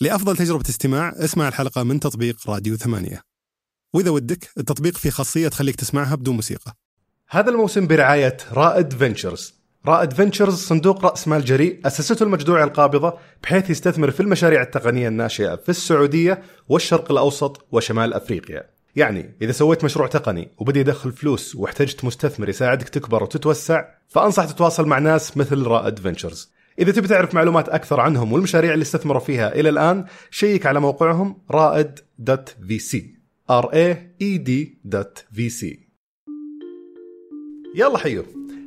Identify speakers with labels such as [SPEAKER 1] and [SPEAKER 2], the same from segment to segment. [SPEAKER 1] لأفضل تجربة استماع اسمع الحلقة من تطبيق راديو ثمانية وإذا ودك التطبيق فيه خاصية تخليك تسمعها بدون موسيقى هذا الموسم برعاية رائد فينشرز رائد فينشرز صندوق رأس مال جريء أسسته المجدوع القابضة بحيث يستثمر في المشاريع التقنية الناشئة في السعودية والشرق الأوسط وشمال أفريقيا يعني إذا سويت مشروع تقني وبدي يدخل فلوس واحتجت مستثمر يساعدك تكبر وتتوسع فأنصح تتواصل مع ناس مثل رائد فينشرز إذا تبي تعرف معلومات أكثر عنهم والمشاريع اللي استثمروا فيها إلى الآن شيك على موقعهم رائد.vc r a e d.vc يلا حيو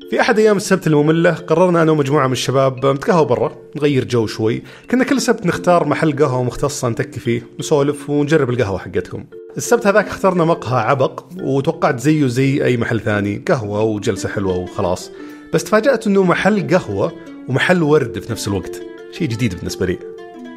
[SPEAKER 1] في أحد أيام السبت المملة قررنا أنا ومجموعة من الشباب نتقهوى برا نغير جو شوي كنا كل سبت نختار محل قهوة مختصة نتكي فيه نسولف ونجرب القهوة حقتكم السبت هذاك اخترنا مقهى عبق وتوقعت زيه زي أي محل ثاني قهوة وجلسة حلوة وخلاص بس تفاجأت أنه محل قهوة ومحل ورد في نفس الوقت شيء جديد بالنسبة لي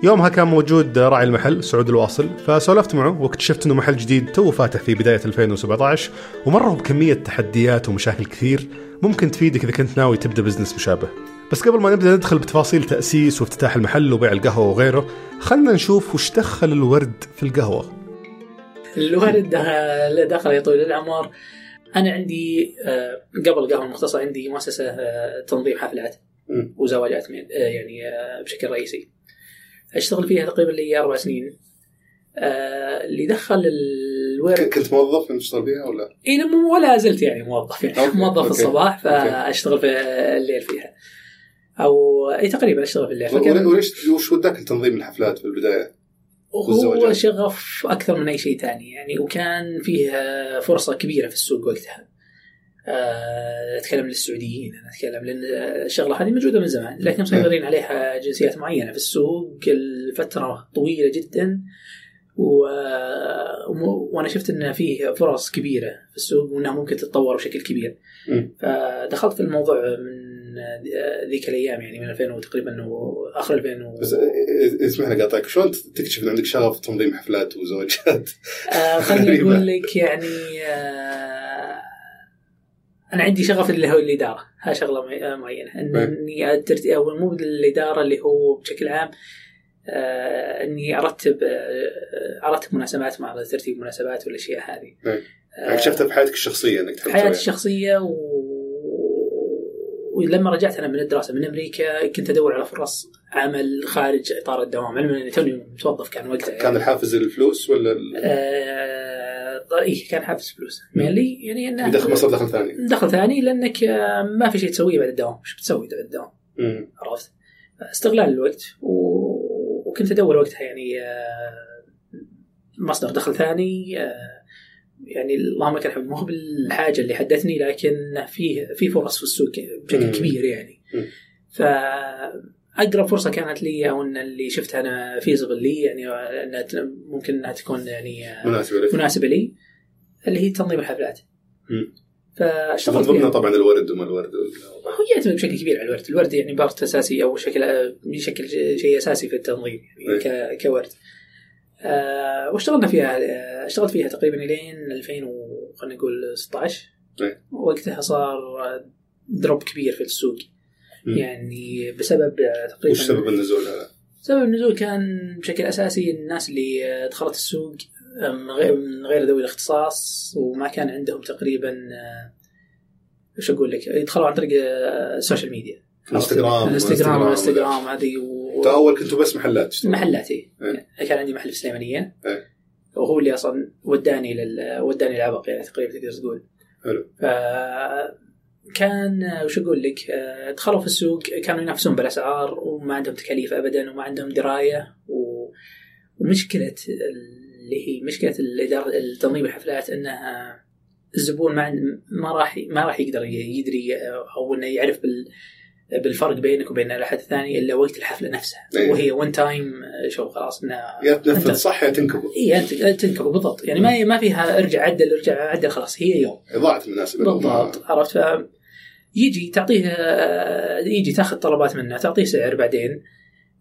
[SPEAKER 1] يومها كان موجود راعي المحل سعود الواصل فسولفت معه واكتشفت انه محل جديد تو فاتح في بدايه 2017 ومره بكميه تحديات ومشاكل كثير ممكن تفيدك اذا كنت ناوي تبدا بزنس مشابه بس قبل ما نبدا ندخل بتفاصيل تاسيس وافتتاح المحل وبيع القهوه وغيره خلنا نشوف وش دخل الورد في القهوه
[SPEAKER 2] الورد ده- له دخل يا طويل العمر انا عندي آه، قبل القهوه المختصه عندي مؤسسه آه، تنظيم حفلات
[SPEAKER 3] مم.
[SPEAKER 2] وزواجات من- آه، يعني آه، بشكل رئيسي اشتغل فيها تقريبا لي اربع سنين آه، اللي دخل الورد
[SPEAKER 3] ك- كنت موظف كنت تشتغل فيها ولا؟
[SPEAKER 2] اي لا، مو- ولا زلت يعني موظف يعني
[SPEAKER 3] أوكي،
[SPEAKER 2] موظف
[SPEAKER 3] أوكي،
[SPEAKER 2] الصباح
[SPEAKER 3] أوكي.
[SPEAKER 2] فاشتغل في الليل فيها او اي تقريبا اشتغل في الليل فكان-
[SPEAKER 3] و- وليش وش وداك لتنظيم الحفلات في البدايه؟
[SPEAKER 2] هو
[SPEAKER 3] والزواجات.
[SPEAKER 2] شغف اكثر من اي شيء ثاني يعني وكان فيه آه، فرصه كبيره في السوق وقتها آه، اتكلم للسعوديين انا اتكلم لان الشغله هذه موجوده من زمان لكن مسيطرين عليها جنسيات معينه في السوق لفتره طويله جدا و... وم- وانا شفت ان فيه فرص كبيره في السوق وانها ممكن تتطور بشكل كبير
[SPEAKER 3] مم.
[SPEAKER 2] فدخلت في الموضوع من آه، ذيك الايام يعني من 2000 وتقريبا واخر 2000 و...
[SPEAKER 3] بس إ- إ- اسمحني قاطعك شلون ت- تكتشف ان عندك شغف في تنظيم حفلات وزواجات؟
[SPEAKER 2] آه، خليني
[SPEAKER 3] غريبة.
[SPEAKER 2] اقول لك يعني آه، انا عندي شغف اللي هو الاداره ها شغله معي- آه، معينه اني
[SPEAKER 3] طيب.
[SPEAKER 2] الترتيب او مو الاداره اللي هو بشكل عام آه، اني ارتب آه، ارتب مناسبات مع ترتيب مناسبات والاشياء هذه
[SPEAKER 3] إيه.
[SPEAKER 2] آه،
[SPEAKER 3] يعني شفتها بحياتك الشخصيه انك تحب
[SPEAKER 2] حياتي
[SPEAKER 3] تسويها.
[SPEAKER 2] الشخصيه و... ولما رجعت انا من الدراسه من امريكا كنت ادور على فرص عمل خارج اطار الدوام علما اني توني متوظف كان وقتها يعني.
[SPEAKER 3] كان الحافز الفلوس ولا ال-
[SPEAKER 2] آه، إيه كان حافز فلوس مالي يعني انه
[SPEAKER 3] يدخل مصدر دخل ثاني؟
[SPEAKER 2] دخل ثاني لانك آه، ما في شيء تسويه بعد الدوام، شو بتسوي بعد الدوام؟
[SPEAKER 3] مم.
[SPEAKER 2] عرفت؟ استغلال الوقت و... وكنت ادور وقتها يعني آه، مصدر دخل ثاني آه، يعني اللهم لك الحمد مو بالحاجه اللي حدتني لكن فيه في فرص في السوق بشكل
[SPEAKER 3] مم.
[SPEAKER 2] كبير يعني
[SPEAKER 3] مم.
[SPEAKER 2] فاقرب فرصه كانت لي او ان اللي شفتها انا فيزبل لي يعني انها ت- ممكن انها تكون يعني آه،
[SPEAKER 3] مناسبه لك
[SPEAKER 2] مناسبه لي اللي هي تنظيم الحفلات
[SPEAKER 3] مم.
[SPEAKER 2] فاشتغلت
[SPEAKER 3] من ضمنها
[SPEAKER 2] فيها
[SPEAKER 3] طبعا الورد وما الورد وال-
[SPEAKER 2] هو يعتمد بشكل كبير على الورد الورد يعني بارت اساسي او شكل بشكل شيء اساسي في التنظيم يعني
[SPEAKER 3] إيه.
[SPEAKER 2] ك- كورد آه واشتغلنا فيها آه، اشتغلت فيها تقريبا لين 2000 و- خلينا نقول 16
[SPEAKER 3] إيه.
[SPEAKER 2] وقتها صار آه، دروب كبير في السوق
[SPEAKER 3] مم.
[SPEAKER 2] يعني بسبب آه، تقريبا
[SPEAKER 3] وش سبب النزول هذا؟
[SPEAKER 2] سبب النزول كان بشكل اساسي الناس اللي دخلت السوق من غير من غير ذوي الاختصاص وما كان عندهم تقريبا آه، وش اقول لك يدخلوا عن طريق آه، السوشيال ميديا
[SPEAKER 3] انستغرام
[SPEAKER 2] الانستغرام
[SPEAKER 3] انستغرام
[SPEAKER 2] الانستغرام هذه و...
[SPEAKER 3] انت اول كنتوا بس محلات
[SPEAKER 2] نعم.
[SPEAKER 3] تشتغل.
[SPEAKER 2] محلاتي
[SPEAKER 3] إيه.
[SPEAKER 2] يعني كان عندي محل في السليمانيه
[SPEAKER 3] إيه.
[SPEAKER 2] وهو اللي اصلا وداني لل... وداني العبق يعني تقريبا تقدر تقول
[SPEAKER 3] حلو.
[SPEAKER 2] ف كان آه، وش اقول لك آه، دخلوا في السوق كانوا ينافسون بالاسعار وما عندهم تكاليف ابدا وما عندهم درايه و... ومشكله اللي هي مشكله الاداره تنظيم الحفلات انها الزبون ما عند- ما راح ما راح يقدر ي- يدري آه، او انه يعرف بال بالفرق بينك وبين الاحد الثاني الا وقت الحفله نفسها
[SPEAKER 3] إيه.
[SPEAKER 2] وهي وان تايم آه، شو خلاص انها
[SPEAKER 3] يا تنفذ
[SPEAKER 2] أنت-
[SPEAKER 3] صح يا تنكبه
[SPEAKER 2] اي انت تنكب بالضبط يعني ما ما فيها ارجع عدل ارجع عدل خلاص هي يوم
[SPEAKER 3] اضاعه مناسبه
[SPEAKER 2] بالضبط عرفت ف يجي تعطيه آه، يجي تاخذ طلبات منه تعطيه سعر بعدين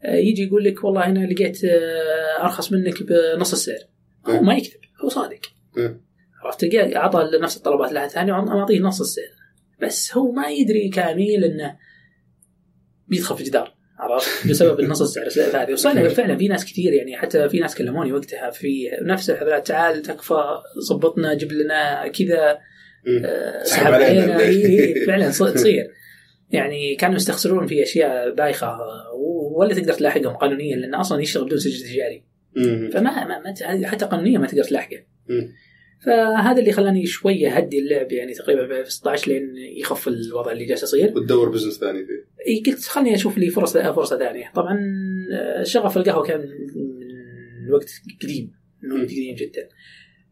[SPEAKER 2] آه، يجي يقول لك والله انا لقيت آه، ارخص منك بنص السعر هو
[SPEAKER 3] إيه.
[SPEAKER 2] ما يكذب هو صادق
[SPEAKER 3] إيه.
[SPEAKER 2] عرفت تلقاه اعطى نفس الطلبات لها ثاني واعطيه نص السعر بس هو ما يدري كامل انه بيدخل في جدار عرفت بسبب النص السعر السلف هذه
[SPEAKER 3] إيه.
[SPEAKER 2] وصلنا فعلا في ناس كثير يعني حتى في ناس كلموني وقتها في نفس الحفلات تعال تكفى ظبطنا جيب لنا كذا آه،
[SPEAKER 3] سحب
[SPEAKER 2] سحب
[SPEAKER 3] علينا.
[SPEAKER 2] علينا إي، إي، فعلا إيه، ص- تصير يعني كانوا يستخسرون في اشياء بايخه آه، ولا تقدر تلاحقهم قانونيا لان اصلا يشتغل بدون سجل تجاري
[SPEAKER 3] مم.
[SPEAKER 2] فما ما ما ت- حتى قانونيا ما تقدر تلاحقه
[SPEAKER 3] مم.
[SPEAKER 2] فهذا اللي خلاني شويه اهدي اللعب يعني تقريبا في 16 لين يخف الوضع اللي جالس يصير
[SPEAKER 3] وتدور بزنس ثاني فيه
[SPEAKER 2] إي قلت خلني اشوف لي فرصه فرصه ثانيه طبعا آه، شغف القهوه كان من وقت قديم من وقت
[SPEAKER 3] مم.
[SPEAKER 2] قديم جدا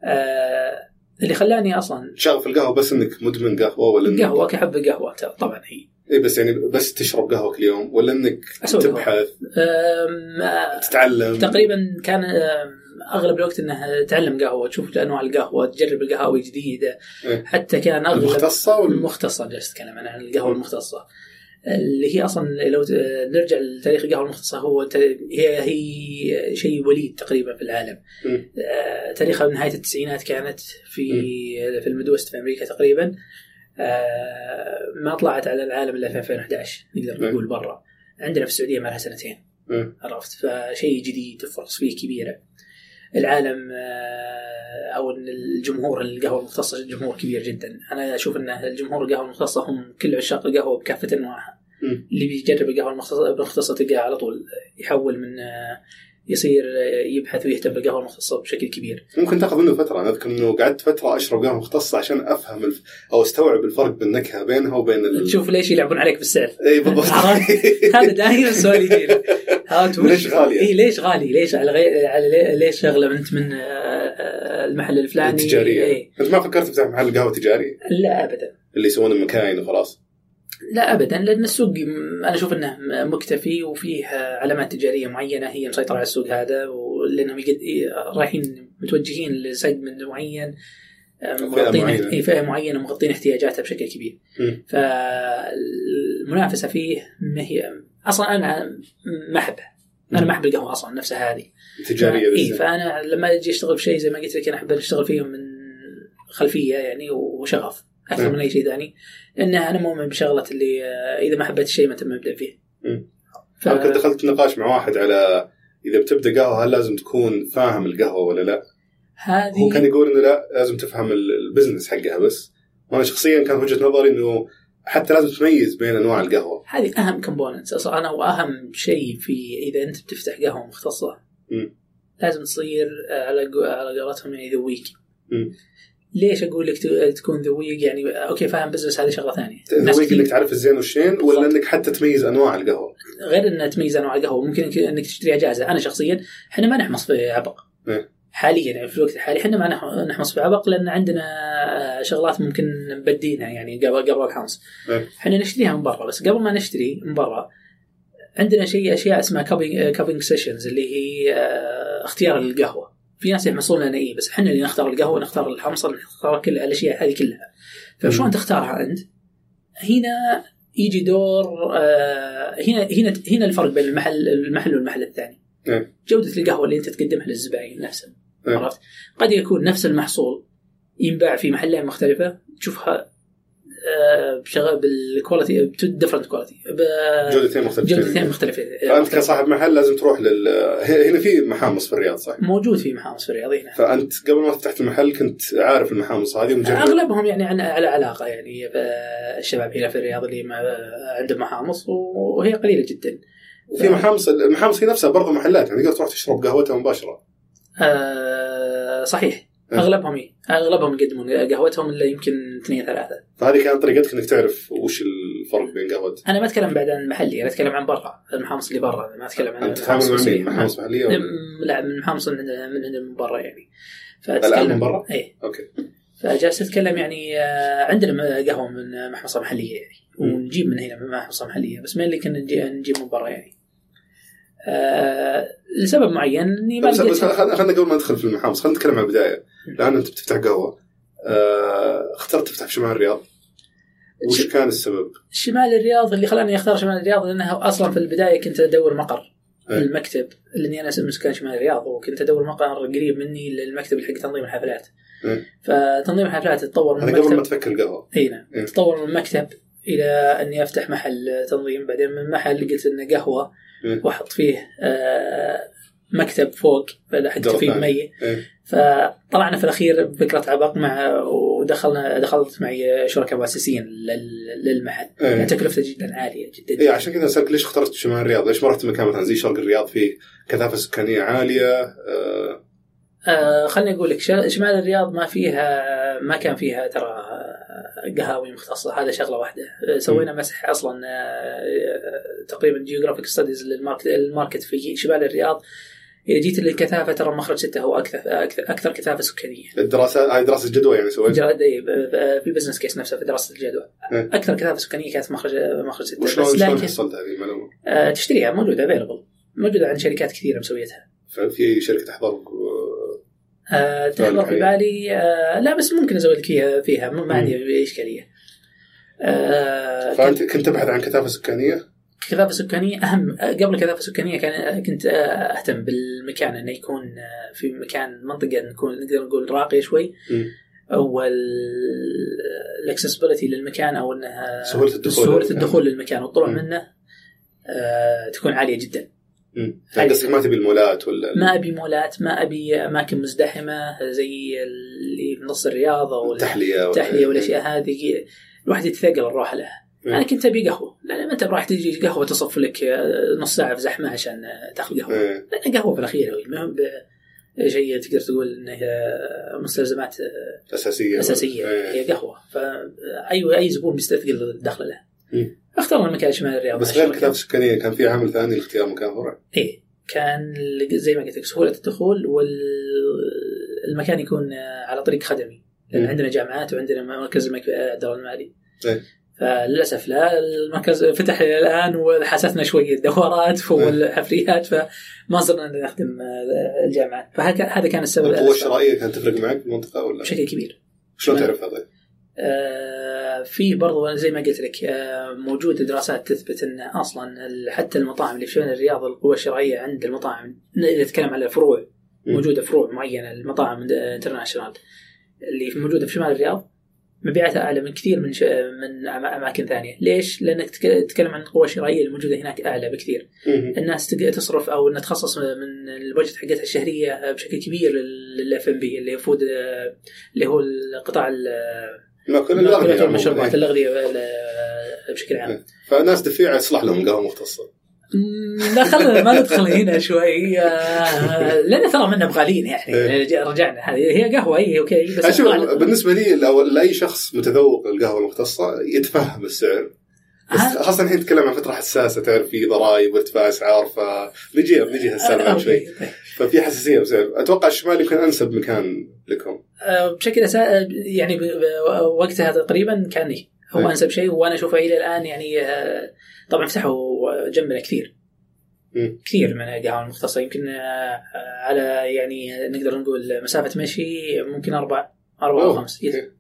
[SPEAKER 2] آه، اللي خلاني اصلا
[SPEAKER 3] شغف القهوه بس انك مدمن قهوه ولا انك
[SPEAKER 2] قهوه كحب قهوه طبعا هي
[SPEAKER 3] اي بس يعني بس تشرب قهوه كل يوم ولا انك
[SPEAKER 2] أسوي قهوة.
[SPEAKER 3] تبحث
[SPEAKER 2] آم، آه،
[SPEAKER 3] تتعلم
[SPEAKER 2] تقريبا كان آم، اغلب الوقت انه تعلم قهوه تشوف انواع القهوه تجرب القهاوي الجديده
[SPEAKER 3] إيه.
[SPEAKER 2] حتى كان اغلب
[SPEAKER 3] المختصه ولا
[SPEAKER 2] المختصه جالس اتكلم انا عن القهوه المختصه اللي هي اصلا لو ت- نرجع لتاريخ القهوه المختصه هو ت- هي هي شيء وليد تقريبا في العالم
[SPEAKER 3] مم.
[SPEAKER 2] آه، تاريخها من نهايه التسعينات كانت في في المدوست في امريكا تقريبا آه، ما طلعت على العالم الا في 2011 نقدر
[SPEAKER 3] نعم.
[SPEAKER 2] نقول برا عندنا في السعوديه ما لها سنتين
[SPEAKER 3] مم.
[SPEAKER 2] عرفت فشيء جديد الفرص فيه كبيره العالم آه، او ان الجمهور القهوه المختصه جمهور كبير جدا انا اشوف ان الجمهور القهوه المختصه هم كل عشاق القهوه بكافه انواعها
[SPEAKER 3] مم.
[SPEAKER 2] اللي بيجرب القهوه المختصه المختصه تلقاه على طول يحول من آه، يصير آه، يبحث ويهتم بالقهوه المختصه بشكل كبير
[SPEAKER 3] ممكن تاخذ منه فتره انا اذكر انه قعدت فتره اشرب قهوه مختصه عشان افهم الف... او استوعب الفرق بالنكهه بينها وبين ال...
[SPEAKER 2] تشوف ليش يلعبون عليك بالسعر
[SPEAKER 3] اي بالضبط
[SPEAKER 2] عرفت؟ هذا دائما السؤال يجينا هات وش-
[SPEAKER 3] ليش غالية؟
[SPEAKER 2] اي ليش غالي؟ ليش على غير على لي- ليش اغلى انت من آه، آه، المحل الفلاني؟
[SPEAKER 3] التجاريه
[SPEAKER 2] إي.
[SPEAKER 3] انت ما فكرت تفتح محل قهوه تجاري
[SPEAKER 2] لا ابدا
[SPEAKER 3] اللي يسوونه مكاين وخلاص
[SPEAKER 2] لا ابدا لان السوق م- انا اشوف انه م- مكتفي وفيه علامات تجاريه معينه هي مسيطره على السوق هذا ولانهم يقد... رايحين متوجهين لسegment معين آه، مغطين
[SPEAKER 3] معينة.
[SPEAKER 2] إي، فئه معينه مغطين احتياجاتها بشكل كبير
[SPEAKER 3] مم.
[SPEAKER 2] فالمنافسه فيه ما هي اصلا انا ما احبها انا
[SPEAKER 3] مم.
[SPEAKER 2] ما احب القهوه اصلا نفسها هذه
[SPEAKER 3] تجاريه
[SPEAKER 2] اي
[SPEAKER 3] بس
[SPEAKER 2] فانا إيه، لما اجي اشتغل في شيء زي ما قلت لك انا احب اشتغل فيه من خلفيه يعني وشغف اكثر
[SPEAKER 3] نعم.
[SPEAKER 2] من اي شيء ثاني لان انا مؤمن بشغله اللي آه، اذا ما حبيت الشيء ما تم ابدا فيه.
[SPEAKER 3] مم.
[SPEAKER 2] ف...
[SPEAKER 3] انا نعم. كنت دخلت نقاش مع واحد على اذا بتبدا قهوه هل لازم تكون فاهم القهوه ولا لا؟ هو كان
[SPEAKER 2] هذه
[SPEAKER 3] يقول انه لا لازم تفهم ال- البزنس حقها بس وانا شخصيا كان وجهه نظري انه حتى لازم تميز بين انواع القهوه
[SPEAKER 2] هذه اهم كومبوننتس اصلا انا واهم شيء في اذا انت بتفتح قهوه مختصه
[SPEAKER 3] مم.
[SPEAKER 2] لازم تصير آه، على قو- على قولتهم يعني ذويق.
[SPEAKER 3] مم.
[SPEAKER 2] ليش اقول لك ت- تكون ذويق يعني اوكي فاهم بزنس هذه شغله ثانيه. ناس
[SPEAKER 3] تذوق
[SPEAKER 2] كثير-
[SPEAKER 3] انك تعرف الزين والشين ولا
[SPEAKER 2] بالضبط.
[SPEAKER 3] انك حتى تميز انواع القهوه
[SPEAKER 2] غير انها تميز انواع القهوه ممكن إنك- انك تشتريها جاهزه انا شخصيا احنا ما نحمص في عبق
[SPEAKER 3] إيه.
[SPEAKER 2] حاليا يعني في الوقت الحالي احنا ما نح- نحمص في عبق لان عندنا آه، شغلات ممكن نبدينها يعني قبل قبل الحمص
[SPEAKER 3] إيه.
[SPEAKER 2] احنا نشتريها من برا بس قبل ما نشتري من برا عندنا شيء اشياء اسمها كابينج كابينج سيشنز اللي هي آه، اختيار القهوه في ناس يحمصون لنا اي بس احنا اللي نختار القهوه نختار الحمصه نختار كل الاشياء هذه كلها فشلون
[SPEAKER 3] مم.
[SPEAKER 2] تختارها انت؟ هنا يجي دور آه، هنا هنا هنا الفرق بين المحل المحل والمحل الثاني.
[SPEAKER 3] نعم.
[SPEAKER 2] جودة القهوة اللي أنت تقدمها للزبائن نفسها.
[SPEAKER 3] نعم.
[SPEAKER 2] عرفت؟ قد يكون نفس المحصول ينباع في محلين مختلفة تشوفها آه، بشغ- بالكواليتي ديفرنت كواليتي
[SPEAKER 3] جودتين مختلفتين
[SPEAKER 2] جودتين آه، مختلفة
[SPEAKER 3] فانت كصاحب محل لازم تروح لل ه- هنا في محامص في الرياض صح؟
[SPEAKER 2] موجود في محامص في الرياض هنا.
[SPEAKER 3] فانت قبل ما فتحت المحل كنت عارف المحامص هذه ومجرب
[SPEAKER 2] اغلبهم يعني عن- على علاقه يعني آه، الشباب هنا في الرياض اللي ما عندهم محامص وهي قليله جدا.
[SPEAKER 3] وفي محامص المحامص هي نفسها برضه محلات يعني تقدر تروح تشرب قهوتها مباشره
[SPEAKER 2] آه، صحيح
[SPEAKER 3] أه.
[SPEAKER 2] اغلبهم إيه. اغلبهم يقدمون قهوتهم الا يمكن اثنين ثلاثه
[SPEAKER 3] فهذه كانت طريقتك انك تعرف وش الفرق بين قهوه
[SPEAKER 2] انا ما اتكلم بعد عن محلي انا اتكلم عن برا المحامص اللي برا أنا ما اتكلم عن
[SPEAKER 3] انت تتعامل مع مين؟
[SPEAKER 2] المحامص
[SPEAKER 3] محامص محليه
[SPEAKER 2] نعم.
[SPEAKER 3] ولا-
[SPEAKER 2] لا من محامص من من من برا يعني
[SPEAKER 3] الآن من برا؟
[SPEAKER 2] اي
[SPEAKER 3] اوكي
[SPEAKER 2] فجالس اتكلم يعني آه، عندنا قهوه من محمصه محليه يعني
[SPEAKER 3] مم.
[SPEAKER 2] ونجيب من هنا من محمصه محليه بس ما اللي كنا نجي- نجيب من برا يعني آه لسبب معين اني ما
[SPEAKER 3] بس بس
[SPEAKER 2] لقيت
[SPEAKER 3] خلينا خلينا قبل ما ندخل في المحامص خلينا نتكلم عن البدايه الان انت بتفتح قهوه آه، اخترت تفتح في شمال الرياض وش
[SPEAKER 2] ش-
[SPEAKER 3] كان السبب؟
[SPEAKER 2] شمال الرياض اللي خلاني اختار شمال الرياض لانها اصلا في البدايه كنت ادور مقر
[SPEAKER 3] أي.
[SPEAKER 2] المكتب لاني انا مسكن شمال الرياض وكنت ادور مقر قريب مني للمكتب اللي حق تنظيم الحفلات
[SPEAKER 3] أي.
[SPEAKER 2] فتنظيم الحفلات تطور من
[SPEAKER 3] إيه. هذا قبل ما
[SPEAKER 2] مكتب
[SPEAKER 3] تفكر قهوه
[SPEAKER 2] اي نعم
[SPEAKER 3] أي.
[SPEAKER 2] تطور من مكتب الى اني افتح محل تنظيم بعدين من محل قلت انه قهوه
[SPEAKER 3] مم.
[SPEAKER 2] واحط فيه آه، مكتب فوق فلحقت
[SPEAKER 3] دور
[SPEAKER 2] فيه
[SPEAKER 3] ثاني.
[SPEAKER 2] مي
[SPEAKER 3] إيه.
[SPEAKER 2] فطلعنا في الاخير بفكره عبق مع ودخلنا دخلت معي شركاء مؤسسين لل- للمحل
[SPEAKER 3] إيه.
[SPEAKER 2] تكلفته جدا عاليه جدا
[SPEAKER 3] اي عشان كذا اسالك ليش اخترت شمال الرياض؟ ليش ما رحت مكان مثلا زي شرق الرياض فيه كثافه سكانيه عاليه؟ آه
[SPEAKER 2] آه خليني اقول لك شا- شمال الرياض ما فيها ما كان فيها ترى آه، قهاوي مختصه هذا شغله واحده آه، سوينا مسح اصلا آه، تقريبا جيوغرافيك ستديز للماركت الماركت في شمال الرياض اذا جيت للكثافه ترى مخرج سته هو اكثر اكثر, أكثر كثافه سكانيه
[SPEAKER 3] الدراسه هاي دراسه جدوى يعني سويت
[SPEAKER 2] جرا- إيه، آه، في البزنس كيس نفسه في دراسه الجدوى
[SPEAKER 3] إيه.
[SPEAKER 2] اكثر كثافه سكانيه كانت مخرج مخرج سته
[SPEAKER 3] وشلون
[SPEAKER 2] بس
[SPEAKER 3] شلون
[SPEAKER 2] لكن
[SPEAKER 3] حصلت هذه المعلومه؟
[SPEAKER 2] آه، تشتريها موجوده افيلبل موجوده عند شركات كثيره مسويتها
[SPEAKER 3] في شركه تحضرك و-
[SPEAKER 2] آه، تحضر في
[SPEAKER 3] الحقيقة.
[SPEAKER 2] بالي آه، لا بس ممكن ازود لك فيها فيها ما- ما
[SPEAKER 3] طيب، مم.
[SPEAKER 2] عندي اشكاليه. آه،
[SPEAKER 3] فانت كنت تبحث عن كثافه سكانيه؟
[SPEAKER 2] كثافه سكانيه اهم آه، قبل كثافه سكانيه كان كنت آه، اهتم بالمكان انه يكون آه، في مكان منطقه نكون نقدر نقول راقيه شوي
[SPEAKER 3] مم.
[SPEAKER 2] او الاكسسبيلتي للمكان او انها
[SPEAKER 3] سهوله الدخول آه.
[SPEAKER 2] سهوله آه، الدخول للمكان والطلوع
[SPEAKER 3] مم.
[SPEAKER 2] منه آه، تكون عاليه جدا.
[SPEAKER 3] مم. يعني قصدك ما تبي المولات ولا ال-
[SPEAKER 2] ما ابي مولات، ما ابي اماكن مزدحمه زي اللي بنص الرياض او ال-
[SPEAKER 3] التحليه
[SPEAKER 2] التحليه
[SPEAKER 3] إيه.
[SPEAKER 2] والاشياء هذه الواحد يتثقل الروح لها
[SPEAKER 3] مم.
[SPEAKER 2] انا كنت ابي قهوه لان ما انت راح تجي قهوه تصف لك آه، نص ساعه في زحمه عشان آه، تاخذ قهوه
[SPEAKER 3] إيه.
[SPEAKER 2] لان قهوه في الاخير هو ما هو ب- شيء تقدر تقول انه آه، مستلزمات آه،
[SPEAKER 3] اساسيه
[SPEAKER 2] اساسيه
[SPEAKER 3] إيه.
[SPEAKER 2] هي قهوه فاي اي زبون بيستثقل الدخله له
[SPEAKER 3] مم.
[SPEAKER 2] اخترنا مكان شمال الرياض
[SPEAKER 3] بس غير كثافه سكانيه كان في عامل ثاني لاختيار مكان فرع
[SPEAKER 2] ايه كان زي ما قلت لك سهوله الدخول والمكان يكون آه، على طريق خدمي لان
[SPEAKER 3] مم.
[SPEAKER 2] عندنا جامعات وعندنا مركز المك- الدراسات المالي
[SPEAKER 3] إيه.
[SPEAKER 2] فللاسف لا المركز فتح الى الان وحسسنا شويه دورات والحفريات فما صرنا نخدم آه، الجامعات فهذا كان السبب
[SPEAKER 3] القوه
[SPEAKER 2] الأسباب
[SPEAKER 3] الشرائيه طيب، كانت تفرق معك في المنطقه ولا
[SPEAKER 2] بشكل كبير
[SPEAKER 3] شلون
[SPEAKER 2] ما-
[SPEAKER 3] تعرف هذا؟
[SPEAKER 2] آه، في برضو زي ما قلت لك آه، موجود دراسات تثبت ان اصلا ال- حتى المطاعم اللي في شمال الرياض القوه الشرائيه عند المطاعم اذا نتكلم على الفروع
[SPEAKER 3] مم.
[SPEAKER 2] موجوده فروع معينه للمطاعم انترناشونال اللي في- موجوده في شمال الرياض مبيعاتها اعلى من كثير من ش... من أما- اماكن ثانيه، ليش؟ لانك تك- تتكلم عن القوه الشرائيه اللي موجوده هناك اعلى بكثير،
[SPEAKER 3] مم.
[SPEAKER 2] الناس تق- تصرف او انها تخصص من البجت حقتها الشهريه بشكل كبير للاف ام بي اللي يفود اللي هو القطاع ال-
[SPEAKER 3] المأكولات
[SPEAKER 2] المأكولات
[SPEAKER 3] الأغنية
[SPEAKER 2] والمشروبات
[SPEAKER 3] عموماً.
[SPEAKER 2] الاغذيه ال- بشكل عام
[SPEAKER 3] إيه. فناس دفيعه يصلح لهم قهوه مختصه
[SPEAKER 2] مم، لا خلنا ما ندخل هنا شوي آه، لان ترى منا بغالين يعني
[SPEAKER 3] إيه.
[SPEAKER 2] رجع- رجعنا هذه هي قهوه هي اوكي بس
[SPEAKER 3] شوف
[SPEAKER 2] بغالي.
[SPEAKER 3] بالنسبه لي لو- لاي شخص متذوق للقهوه المختصه يتفهم السعر بس
[SPEAKER 2] ها؟
[SPEAKER 3] خاصه الحين نتكلم عن فتره حساسه تعرف في ضرائب وارتفاع اسعار فنجيها بنجيها السالفه عن
[SPEAKER 2] آه، أوكي.
[SPEAKER 3] شوي ففي حساسيه بسعر اتوقع الشمال يمكن انسب مكان لكم
[SPEAKER 2] آه، بشكل اساسي يعني ب- ب- وقتها تقريبا كان إيه. هو
[SPEAKER 3] إيه.
[SPEAKER 2] انسب شيء وانا اشوفه الى الان يعني آه، طبعا فتحوا جنبنا كثير
[SPEAKER 3] مم.
[SPEAKER 2] كثير من القهوه المختصه يمكن آه، على يعني نقدر نقول مسافه مشي ممكن اربع اربع او
[SPEAKER 3] أوه،
[SPEAKER 2] خمس إيه.
[SPEAKER 3] أوكي.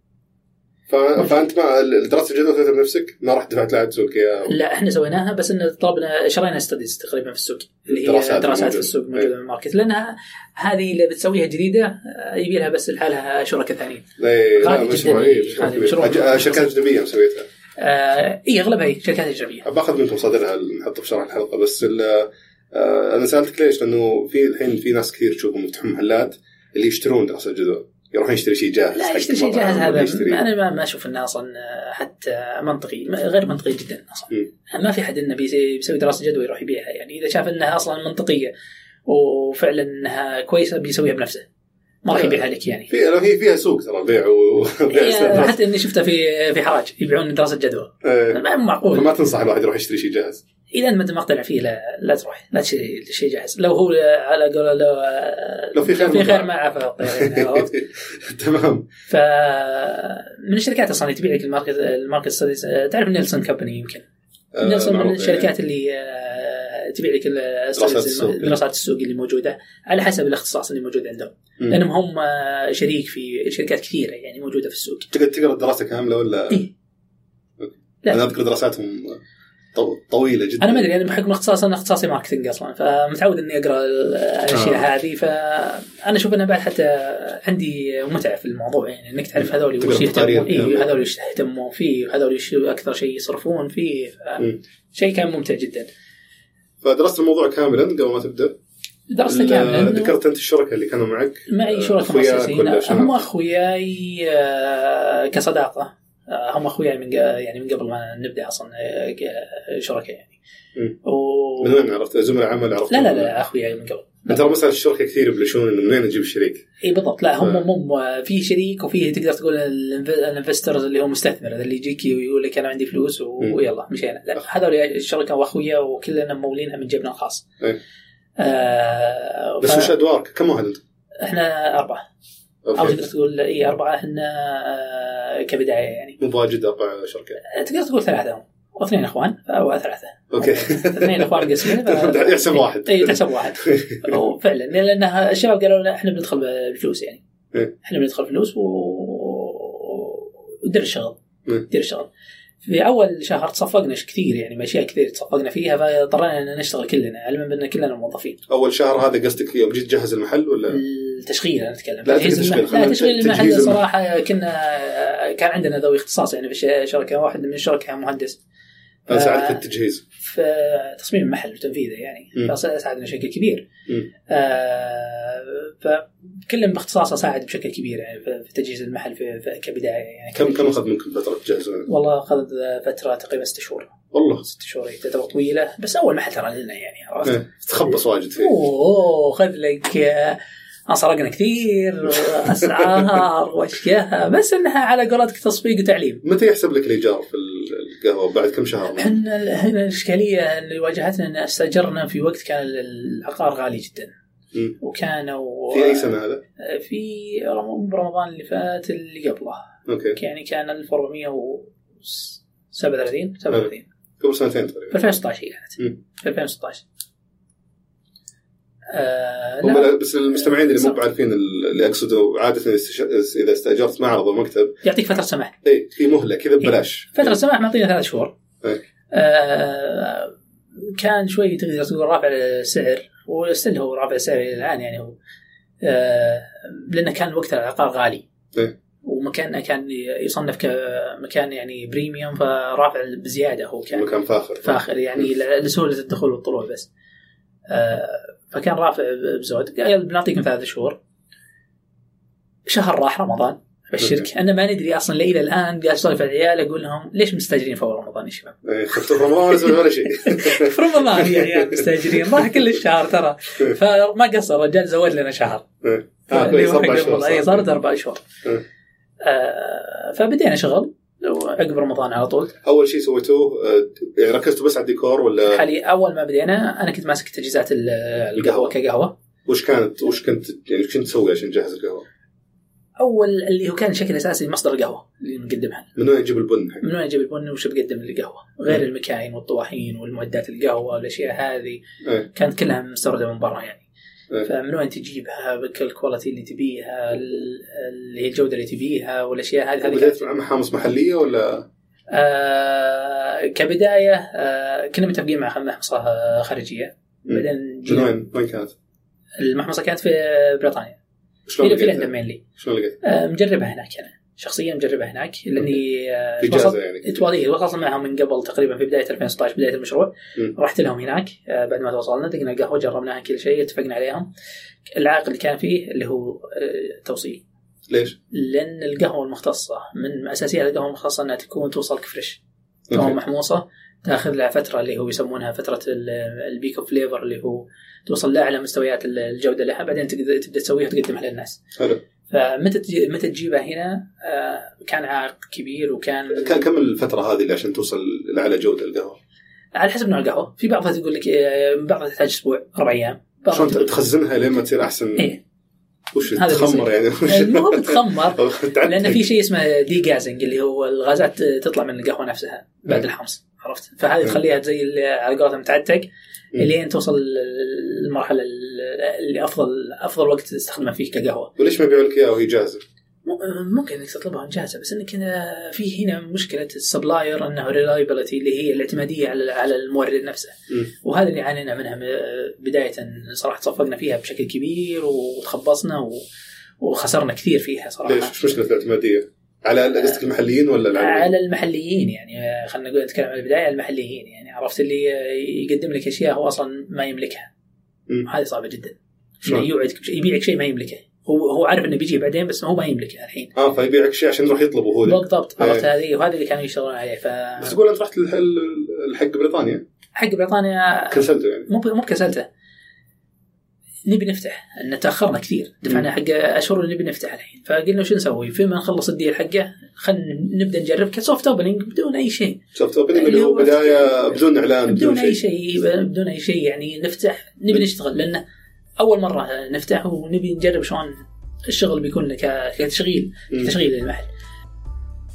[SPEAKER 3] ف... فانت ما دراسه الجدوى سويتها بنفسك ما رحت دفعت لها تسوق اياها
[SPEAKER 2] لا احنا سويناها بس ان طلبنا شرينا ستديز تقريبا في السوق اللي هي
[SPEAKER 3] دراسات
[SPEAKER 2] دراسات, إيه. دراسات في
[SPEAKER 3] موجودة.
[SPEAKER 2] السوق موجوده في الماركت لانها هذه اللي بتسويها جديده آه، يبي لها بس لحالها شركاء ثانيين.
[SPEAKER 3] إيه، لا
[SPEAKER 2] غالي
[SPEAKER 3] مشروع
[SPEAKER 2] جداً.
[SPEAKER 3] إيه، مشروع
[SPEAKER 2] غالي،
[SPEAKER 3] كبير.
[SPEAKER 2] مشروع.
[SPEAKER 3] أج- شركات اجنبيه مسويتها
[SPEAKER 2] آه اي اغلبها هي شركات اجنبيه.
[SPEAKER 3] باخذ منكم مصادرها نحطها في شرح الحلقه بس ال- آه، انا سالتك ليش؟ لانه في الحين في ناس كثير تشوفهم يفتحون محلات اللي يشترون دراسه الجدوى يروحون يشتري شيء جاهز
[SPEAKER 2] لا
[SPEAKER 3] حق
[SPEAKER 2] يشتري شيء
[SPEAKER 3] مرة،
[SPEAKER 2] جاهز
[SPEAKER 3] ولا
[SPEAKER 2] هذا
[SPEAKER 3] يشتري-
[SPEAKER 2] انا ما- ما اشوف انه اصلا آه، حتى منطقي ما- غير منطقي جدا اصلا ما في حد انه بيسوي بيسوي دراسه جدوى يروح يبيعها يعني اذا شاف انها اصلا منطقيه وفعلا انها كويسه بيسويها بنفسه ما راح يبيعها لك يعني
[SPEAKER 3] في لو هي فيها سوق ترى بيع
[SPEAKER 2] هي
[SPEAKER 3] وبيع
[SPEAKER 2] حتى اني شفتها في في حراج يبيعون دراسه جدوى ما مو معقول
[SPEAKER 3] أه، ما تنصح الواحد يروح يشتري شيء جاهز
[SPEAKER 2] اذا ما انت مقتنع فيه لا, لا تروح لا تشتري شيء جاهز لو هو على قول لو
[SPEAKER 3] لو في خير
[SPEAKER 2] في
[SPEAKER 3] ما
[SPEAKER 2] خير
[SPEAKER 3] بعد.
[SPEAKER 2] ما عفا يعني عرفت؟
[SPEAKER 3] تمام
[SPEAKER 2] فمن الشركات اصلا اللي تبيع لك الماركت الماركت ستديز تعرف نيلسون كمباني يمكن
[SPEAKER 3] آه،
[SPEAKER 2] نيلسون من
[SPEAKER 3] معروف.
[SPEAKER 2] الشركات اللي آه، تبيع لك ال-
[SPEAKER 3] دراسات
[SPEAKER 2] studies
[SPEAKER 3] السوق. إيه.
[SPEAKER 2] الم- دراسات السوق اللي موجوده على حسب الاختصاص اللي موجود عندهم
[SPEAKER 3] مم.
[SPEAKER 2] لانهم هم آه، شريك في شركات كثيره يعني موجوده في السوق
[SPEAKER 3] تقدر تقرا الدراسه كامله ولا
[SPEAKER 2] إيه. لا.
[SPEAKER 3] انا اذكر دراساتهم طو- طويله جدا
[SPEAKER 2] انا ما ادري انا بحكم اختصاصي انا اختصاصي ماركتنج اصلا فمتعود اني اقرا ال- الاشياء
[SPEAKER 3] آه.
[SPEAKER 2] هذه فانا اشوف انها بعد حتى عندي متعه في الموضوع يعني انك تعرف هذول
[SPEAKER 3] تقرأ
[SPEAKER 2] وش يهتمون
[SPEAKER 3] تقارير.
[SPEAKER 2] اي هذول وش يهتمون فيه وهذول وش اكثر شيء يصرفون فيه ف-
[SPEAKER 3] مم.
[SPEAKER 2] شيء كان ممتع جدا
[SPEAKER 3] فدرست الموضوع كاملا قبل ما تبدا
[SPEAKER 2] درسته
[SPEAKER 3] ال-
[SPEAKER 2] كاملا
[SPEAKER 3] ذكرت انت الشركه اللي كانوا معك
[SPEAKER 2] معي شركاء
[SPEAKER 3] أخوياك
[SPEAKER 2] مؤسسين
[SPEAKER 3] ولا شباب؟
[SPEAKER 2] هم اخوياي آه، كصداقه آه، هم اخوياي من ق- يعني من قبل ما نبدا اصلا آه، ك- شركاء يعني
[SPEAKER 3] مم.
[SPEAKER 2] و...
[SPEAKER 3] من وين عرفت؟ زملاء عمل عرفت
[SPEAKER 2] لا لا لا اخوياي من قبل
[SPEAKER 3] أنا ترى مسألة الشركة كثير يبلشون انه منين نجيب شريك؟
[SPEAKER 2] اي إيه، بالضبط لا هم
[SPEAKER 3] آه.
[SPEAKER 2] هم في شريك وفي تقدر تقول الانف- الانفسترز اللي هو مستثمر هذا اللي يجيك ويقول لك انا عندي فلوس و-
[SPEAKER 3] مم.
[SPEAKER 2] ويلا مشينا لا هذول الشركه واخويا وكلنا مولينها من جيبنا الخاص.
[SPEAKER 3] إيه.
[SPEAKER 2] آه
[SPEAKER 3] بس
[SPEAKER 2] ف-
[SPEAKER 3] وش ادوارك؟ كم واحد انت؟
[SPEAKER 2] احنا اربعه او تقدر
[SPEAKER 3] اوكي
[SPEAKER 2] تقول اي اربعه احنا آه، كبدايه يعني
[SPEAKER 3] مو بواجد اقع شركة
[SPEAKER 2] تقدر تقول ثلاثه هم واثنين اخوان او ثلاثه
[SPEAKER 3] اوكي
[SPEAKER 2] اثنين اخوان قسمين ف-
[SPEAKER 3] يحسب واحد
[SPEAKER 2] اي تحسب واحد وفعلا لانها الشباب قالوا لنا احنا بندخل بفلوس يعني
[SPEAKER 3] إيه.
[SPEAKER 2] احنا بندخل فلوس و ودير الشغل
[SPEAKER 3] إيه.
[SPEAKER 2] دير الشغل في اول شهر تصفقنا ش- كثير يعني باشياء كثير تصفقنا فيها فاضطرينا ان نشتغل كلنا علما بان كلنا موظفين
[SPEAKER 3] اول شهر هذا قصدك يوم جيت تجهز المحل ولا؟
[SPEAKER 2] التشغيل انا اتكلم
[SPEAKER 3] إيه. لا،
[SPEAKER 2] تجهيز
[SPEAKER 3] تشغيل،
[SPEAKER 2] المحل-
[SPEAKER 3] خلينا
[SPEAKER 2] لا تشغيل
[SPEAKER 3] نت-
[SPEAKER 2] المحل
[SPEAKER 3] تجهيز المحل.
[SPEAKER 2] صراحه كنا كان عندنا ذوي اختصاص يعني في الشركه واحد من الشركه مهندس
[SPEAKER 3] انا ساعدت
[SPEAKER 2] آه.
[SPEAKER 3] في التجهيز
[SPEAKER 2] في تصميم المحل وتنفيذه يعني
[SPEAKER 3] مم.
[SPEAKER 2] فساعد بشكل كبير
[SPEAKER 3] مم.
[SPEAKER 2] آه فكلهم باختصاصه ساعد بشكل كبير يعني في في تجهيز المحل في في كبدايه يعني
[SPEAKER 3] كم كم اخذ منكم فترة تجهزون؟
[SPEAKER 2] والله اخذ فتره تقريبا ست شهور
[SPEAKER 3] والله
[SPEAKER 2] ست شهور هي تعتبر طويله بس اول محل ترى لنا يعني عرفت؟
[SPEAKER 3] إيه، تخبص واجد فيه
[SPEAKER 2] اوه خذ لك آه، انسرقنا كثير اسعار واشياء بس انها على قولتك تسويق وتعليم
[SPEAKER 3] متى يحسب لك الايجار في ال- القهوة بعد كم شهر؟
[SPEAKER 2] احنا هنا الاشكاليه اللي واجهتنا ان استاجرنا في وقت كان العقار غالي جدا
[SPEAKER 3] مم.
[SPEAKER 2] وكانوا
[SPEAKER 3] إيه. في اي سنة هذا؟
[SPEAKER 2] في رم- رمضان اللي فات اللي قبله
[SPEAKER 3] اوكي
[SPEAKER 2] يعني كان 1437 37
[SPEAKER 3] قبل سنتين تقريبا
[SPEAKER 2] 2016 هي كانت
[SPEAKER 3] مم.
[SPEAKER 2] 2016 آه
[SPEAKER 3] هم
[SPEAKER 2] لا
[SPEAKER 3] لا- بس المستمعين اللي مو بعارفين ال- اللي اقصده عادة استش- اذا استاجرت معرض المكتب
[SPEAKER 2] يعطيك فتره سماح
[SPEAKER 3] اي في مهلة
[SPEAKER 2] إيه،
[SPEAKER 3] كذا ببلاش يعني
[SPEAKER 2] فتره سماح معطينا ثلاث شهور
[SPEAKER 3] إيه.
[SPEAKER 2] آه كان شوي تقدر تقول رافع السعر وستيل هو رافع السعر الى الان يعني هو آه لانه كان وقتها العقار غالي
[SPEAKER 3] إيه.
[SPEAKER 2] ومكاننا كان يصنف كمكان يعني بريميوم فرافع بزياده هو كان
[SPEAKER 3] مكان فاخر
[SPEAKER 2] فاخر يعني
[SPEAKER 3] إيه.
[SPEAKER 2] ل- لسهوله الدخول والطلوع بس. آه، فكان رافع ب- بزود قال بنعطيكم ثلاث شهور. شهر راح رمضان ابشرك انا ما ندري اصلا الى الان قاعد اسولف على العيال اقول لهم ليش مستاجرين فوق رمضان يا شباب؟
[SPEAKER 3] إيه، خفت رمضان ولا ولا شيء آه،
[SPEAKER 2] في رمضان يا عيال مستاجرين راح كل الشهر ترى فما قصر الرجال زود لنا شهر. إيه،
[SPEAKER 3] اه كويس اربع شهور
[SPEAKER 2] إي، صارت اربع شهور.
[SPEAKER 3] إيه.
[SPEAKER 2] آه، فبدينا شغل عقب رمضان على طول
[SPEAKER 3] اول شيء سويتوه آه، يعني ركزتوا بس على الديكور ولا
[SPEAKER 2] حالي اول ما بدينا انا كنت ماسك تجهيزات ال- القهوه كقهوه
[SPEAKER 3] وش كانت وش كنت يعني وش كنت تسوي عشان تجهز القهوه؟
[SPEAKER 2] اول اللي هو كان شكل اساسي مصدر القهوه اللي نقدمها
[SPEAKER 3] من وين نجيب البن حق؟
[SPEAKER 2] من وين اجيب البن وش بقدم للقهوه غير المكاين والطواحين والمعدات القهوه والاشياء هذه
[SPEAKER 3] إيه.
[SPEAKER 2] كانت كلها مستورده من برا يعني
[SPEAKER 3] إيه.
[SPEAKER 2] فمن وين تجيبها بك الكواليتي اللي تبيها ال- اللي هي الجوده اللي تبيها والاشياء هذه هذه كانت
[SPEAKER 3] بديت مع محامص محليه ولا
[SPEAKER 2] آه كبدايه آه كنا متفقين مع محمصه آه، خارجيه
[SPEAKER 3] مم.
[SPEAKER 2] بعدين
[SPEAKER 3] من
[SPEAKER 2] جينا
[SPEAKER 3] وين؟ وين كانت؟
[SPEAKER 2] المحمصه كانت في بريطانيا
[SPEAKER 3] شلون
[SPEAKER 2] في في لندن
[SPEAKER 3] لقيتها؟
[SPEAKER 2] مينلي
[SPEAKER 3] شلون لقيتها؟
[SPEAKER 2] آه، مجربها هناك انا شخصيا مجربها هناك لاني آه،
[SPEAKER 3] في
[SPEAKER 2] اتواصلت
[SPEAKER 3] جازه يعني
[SPEAKER 2] تواضيع تواصلنا معهم من قبل تقريبا في بدايه 2016 بدايه المشروع
[SPEAKER 3] مم.
[SPEAKER 2] رحت لهم هناك آه، بعد ما تواصلنا دقنا القهوه جربناها كل شيء اتفقنا عليهم العائق اللي كان فيه اللي هو آه، توصيل
[SPEAKER 3] ليش؟
[SPEAKER 2] لان القهوه المختصه من اساسيات القهوه المختصه انها تكون توصلك فريش قهوه
[SPEAKER 3] أوكي.
[SPEAKER 2] محموصه تاخذ لها فتره اللي هو يسمونها فتره ال- البيك اوف فليفر اللي هو توصل لاعلى مستويات ال- الجوده لها بعدين تقدر تبدا تسويها وتقدمها للناس
[SPEAKER 3] حلو
[SPEAKER 2] فمتى تجي- متى تجيبها هنا آه، كان عائق كبير وكان
[SPEAKER 3] كان كم الفتره هذه اللي عشان توصل لاعلى جوده القهوه؟
[SPEAKER 2] على حسب نوع القهوه في بعضها تقول لك آه، بعضها تحتاج اسبوع اربع ايام بعضها
[SPEAKER 3] شلون
[SPEAKER 2] تقول-
[SPEAKER 3] تخزنها لين ما تصير احسن
[SPEAKER 2] ايه
[SPEAKER 3] وش
[SPEAKER 2] هذا
[SPEAKER 3] تخمر يعني
[SPEAKER 2] المهم بتخمر
[SPEAKER 3] أو تعتك.
[SPEAKER 2] لان في شيء اسمه دي جازنج اللي هو الغازات تطلع من القهوه نفسها بعد
[SPEAKER 3] إيه.
[SPEAKER 2] الحمص عرفت فهذه تخليها زي ال- على قولتهم تعتق
[SPEAKER 3] إيه.
[SPEAKER 2] الين توصل المرحله ال- اللي افضل افضل وقت تستخدمها فيه كقهوه
[SPEAKER 3] وليش ما يبيعوا لك اياها وهي جاهزه؟
[SPEAKER 2] م- ممكن انك تطلبها مجازة بس انك آه، في هنا مشكله السبلاير انه ريلايبلتي اللي هي الاعتماديه على على المورد نفسه
[SPEAKER 3] مم.
[SPEAKER 2] وهذا اللي عانينا منها م- بدايه صراحه تصفقنا فيها بشكل كبير وتخبصنا و... وخسرنا كثير فيها صراحه
[SPEAKER 3] ليش؟ ايش مشكله الاعتماديه؟ على قصدك المحليين ولا العالميين؟
[SPEAKER 2] على المحليين يعني آه، خلينا نقول نتكلم عن البدايه على المحليين يعني عرفت اللي آه، يقدم لك اشياء هو اصلا ما يملكها
[SPEAKER 3] مم.
[SPEAKER 2] هذه صعبه جدا
[SPEAKER 3] شلون؟
[SPEAKER 2] يعني يوعدك بشيء- يبيعك شيء ما يملكه هو هو عارف انه بيجي بعدين بس هو ما يملكه الحين
[SPEAKER 3] اه فيبيعك شيء عشان يروح يطلبه هو لك.
[SPEAKER 2] بالضبط
[SPEAKER 3] إيه.
[SPEAKER 2] عرفت هذه وهذا اللي كانوا يشتغلون عليه ف
[SPEAKER 3] بس تقول انت رحت للح- الحق بريطانيا
[SPEAKER 2] حق بريطانيا
[SPEAKER 3] كنسلته يعني
[SPEAKER 2] مو ب- مو بكسلته نبي نفتح ان تاخرنا كثير دفعنا حق اشهر نبي نفتح الحين فقلنا شو نسوي فيما نخلص الديل حقه خلينا نبدا نجرب كسوفت اوبننج بدون اي شيء
[SPEAKER 3] سوفت اوبننج اللي
[SPEAKER 2] اللي
[SPEAKER 3] هو
[SPEAKER 2] هو-
[SPEAKER 3] بدايه بدون اعلان
[SPEAKER 2] أيوة. بدون اي شيء بدون اي شيء يعني نفتح نبي نشتغل لانه اول مره نفتح ونبي نجرب شلون الشغل بيكون ك- كتشغيل
[SPEAKER 3] مم.
[SPEAKER 2] تشغيل للمحل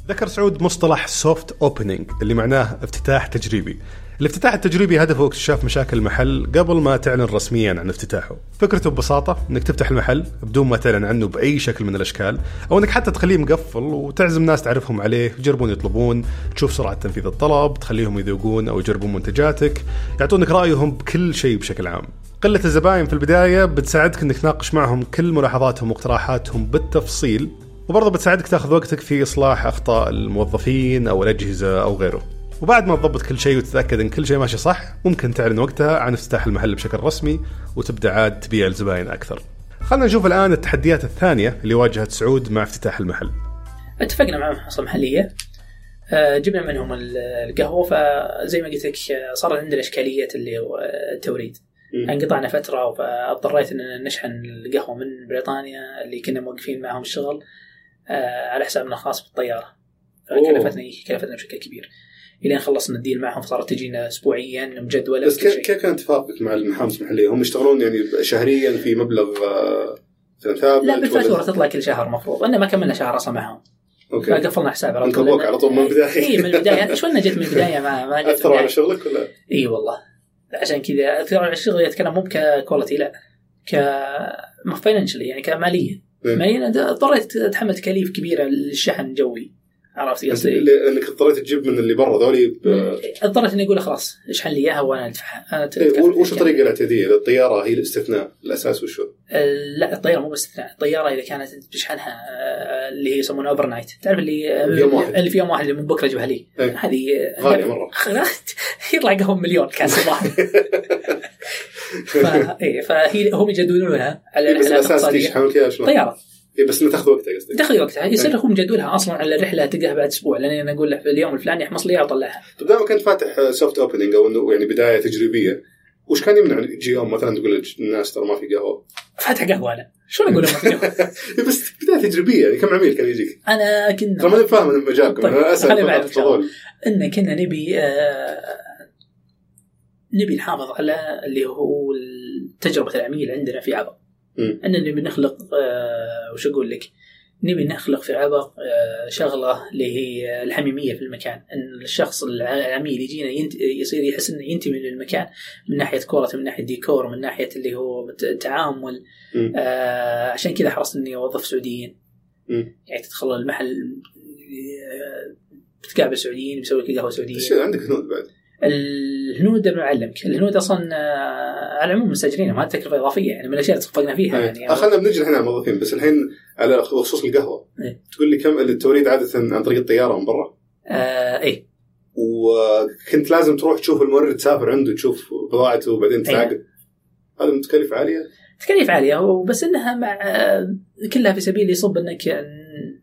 [SPEAKER 1] ذكر سعود مصطلح سوفت اوبننج اللي معناه افتتاح تجريبي الافتتاح التجريبي هدفه اكتشاف مشاكل المحل قبل ما تعلن رسميا عن افتتاحه فكرته ببساطة انك تفتح المحل بدون ما تعلن عنه بأي شكل من الأشكال أو انك حتى تخليه مقفل وتعزم ناس تعرفهم عليه يجربون يطلبون تشوف سرعة تنفيذ الطلب تخليهم يذوقون أو يجربون منتجاتك يعطونك رأيهم بكل شيء بشكل عام قلة الزباين في البداية بتساعدك انك تناقش معهم كل ملاحظاتهم واقتراحاتهم بالتفصيل وبرضه بتساعدك تاخذ وقتك في اصلاح اخطاء الموظفين او الاجهزه او غيره. وبعد ما تضبط كل شيء وتتاكد ان كل شيء ماشي صح، ممكن تعلن وقتها عن افتتاح المحل بشكل رسمي وتبدا عاد تبيع لزباين اكثر. خلنا نشوف الان التحديات الثانيه اللي واجهت سعود مع افتتاح المحل.
[SPEAKER 2] اتفقنا مع محصه محليه آه، جبنا منهم ال- القهوه فزي ما قلت لك آه، صار عندنا اشكاليه اللي هو التوريد
[SPEAKER 3] مم.
[SPEAKER 2] انقطعنا فتره فاضطريت ان نشحن القهوه من بريطانيا اللي كنا موقفين معهم الشغل آه، على حسابنا الخاص بالطياره
[SPEAKER 3] أوه.
[SPEAKER 2] فكلفتنا كلفتنا إيه، بشكل كبير الين خلصنا الديل معهم صارت تجينا اسبوعيا مجدوله
[SPEAKER 3] بس
[SPEAKER 2] بكل
[SPEAKER 3] كيف
[SPEAKER 2] شيء.
[SPEAKER 3] كيف كان اتفاقك مع المحامس المحليه؟ هم يشتغلون يعني شهريا في مبلغ آه، مثلاً ثابت
[SPEAKER 2] لا بالفاتوره
[SPEAKER 3] ولا-
[SPEAKER 2] تطلع كل شهر مفروض انه ما كملنا شهر اصلا معهم
[SPEAKER 3] اوكي
[SPEAKER 2] فقفلنا حساب على
[SPEAKER 3] انكبوك على طول من البداية.
[SPEAKER 2] اي إيه، من البدايه شو انه جت من البدايه ما ما جت من
[SPEAKER 3] اثروا
[SPEAKER 2] البداية.
[SPEAKER 3] على شغلك ولا؟
[SPEAKER 2] اي والله عشان كذا ترى الشغل يتكلم مو ككواليتي لا ك فاينانشلي يعني كماليا
[SPEAKER 3] إيه.
[SPEAKER 2] ماليا أنا اضطريت اتحمل تكاليف كبيره للشحن الجوي عرفت
[SPEAKER 3] أنت
[SPEAKER 2] قصدي؟
[SPEAKER 3] اللي- انك اضطريت تجيب من اللي برا ذولي ب-
[SPEAKER 2] اضطريت اني اقول خلاص اشحن لي اياها وانا ادفعها أنا
[SPEAKER 3] إيه،
[SPEAKER 2] أتكفل.
[SPEAKER 3] وش الطريقه الاعتياديه؟ الطياره هي الاستثناء الاساس وشو؟
[SPEAKER 2] آه، لا الطياره مو بس الطياره اذا كانت تشحنها آه، اللي هي يسمونها اوفر نايت تعرف اللي
[SPEAKER 3] في يوم واحد.
[SPEAKER 2] اللي في يوم واحد اللي من بكره جبها لي
[SPEAKER 3] إيه.
[SPEAKER 2] هذه آه،
[SPEAKER 3] غاليه مره
[SPEAKER 2] يطلع قهوه مليون كاس واحد ف- إيه، فهي هم يجدولونها على
[SPEAKER 3] إيه، بس
[SPEAKER 2] الرحلات
[SPEAKER 3] الاساس
[SPEAKER 2] الاقتصادية.
[SPEAKER 3] تشحن إيه. كذا شلون؟
[SPEAKER 2] طياره
[SPEAKER 3] إيه، بس انه تاخذ وقتك قصدك
[SPEAKER 2] دخل وقتها يصير هو مجدولها اصلا على الرحله تلقاها بعد اسبوع لان انا اقول له في اليوم الفلاني احمص لي إياها وطلعها
[SPEAKER 3] طب دائما كنت فاتح سوفت اوبننج او انه يعني بدايه تجريبيه وش كان يمنع يجي يوم مثلا تقول للناس ترى ما في قهوه
[SPEAKER 2] فاتح قهوه انا شو اقول لهم في قهوة؟
[SPEAKER 3] إيه، بس بدايه تجريبيه يعني كم عميل كان يجيك؟
[SPEAKER 2] انا
[SPEAKER 3] ترى
[SPEAKER 2] كنا
[SPEAKER 3] ماني فاهم من مجالكم
[SPEAKER 2] طيب،
[SPEAKER 3] انا اسال
[SPEAKER 2] خليني
[SPEAKER 3] فقط
[SPEAKER 2] أعرف
[SPEAKER 3] فضول
[SPEAKER 2] ان كنا نبي آه، نبي نحافظ على اللي هو تجربه العميل عندنا في عبق
[SPEAKER 3] مم.
[SPEAKER 2] ان نبي نخلق آه، وش اقول لك؟ نبي نخلق في عبق آه، شغله اللي هي الحميميه في المكان، ان الشخص الع- العميل يجينا ينت... يصير يحس انه ينتمي للمكان من ناحيه كورته، من ناحيه ديكور، من ناحيه اللي هو الت- التعامل،
[SPEAKER 3] مم.
[SPEAKER 2] آه، عشان كذا حرصت اني اوظف سعوديين.
[SPEAKER 3] مم.
[SPEAKER 2] يعني تدخل المحل آه، بتقابل سعوديين بيسوي لك قهوه سعوديه.
[SPEAKER 3] بس عندك هنود بعد
[SPEAKER 2] الهنود ما اعلمك الهنود اصلا آه، على العموم مستاجرين ما تكلفه اضافيه يعني من الاشياء اللي صفقنا فيها يعني
[SPEAKER 3] آه، خلينا بنجي الحين على الموظفين بس الحين على خصوص القهوه
[SPEAKER 2] إيه.
[SPEAKER 3] تقول لي كم التوريد عاده عن طريق الطياره من برا
[SPEAKER 2] آه ايه
[SPEAKER 3] وكنت لازم تروح تشوف المورد تسافر عنده تشوف بضاعته وبعدين
[SPEAKER 2] أيوة.
[SPEAKER 3] تلاقي هذا متكلف عاليه
[SPEAKER 2] تكاليف عاليه وبس انها مع آه، كلها في سبيل يصب انك آه،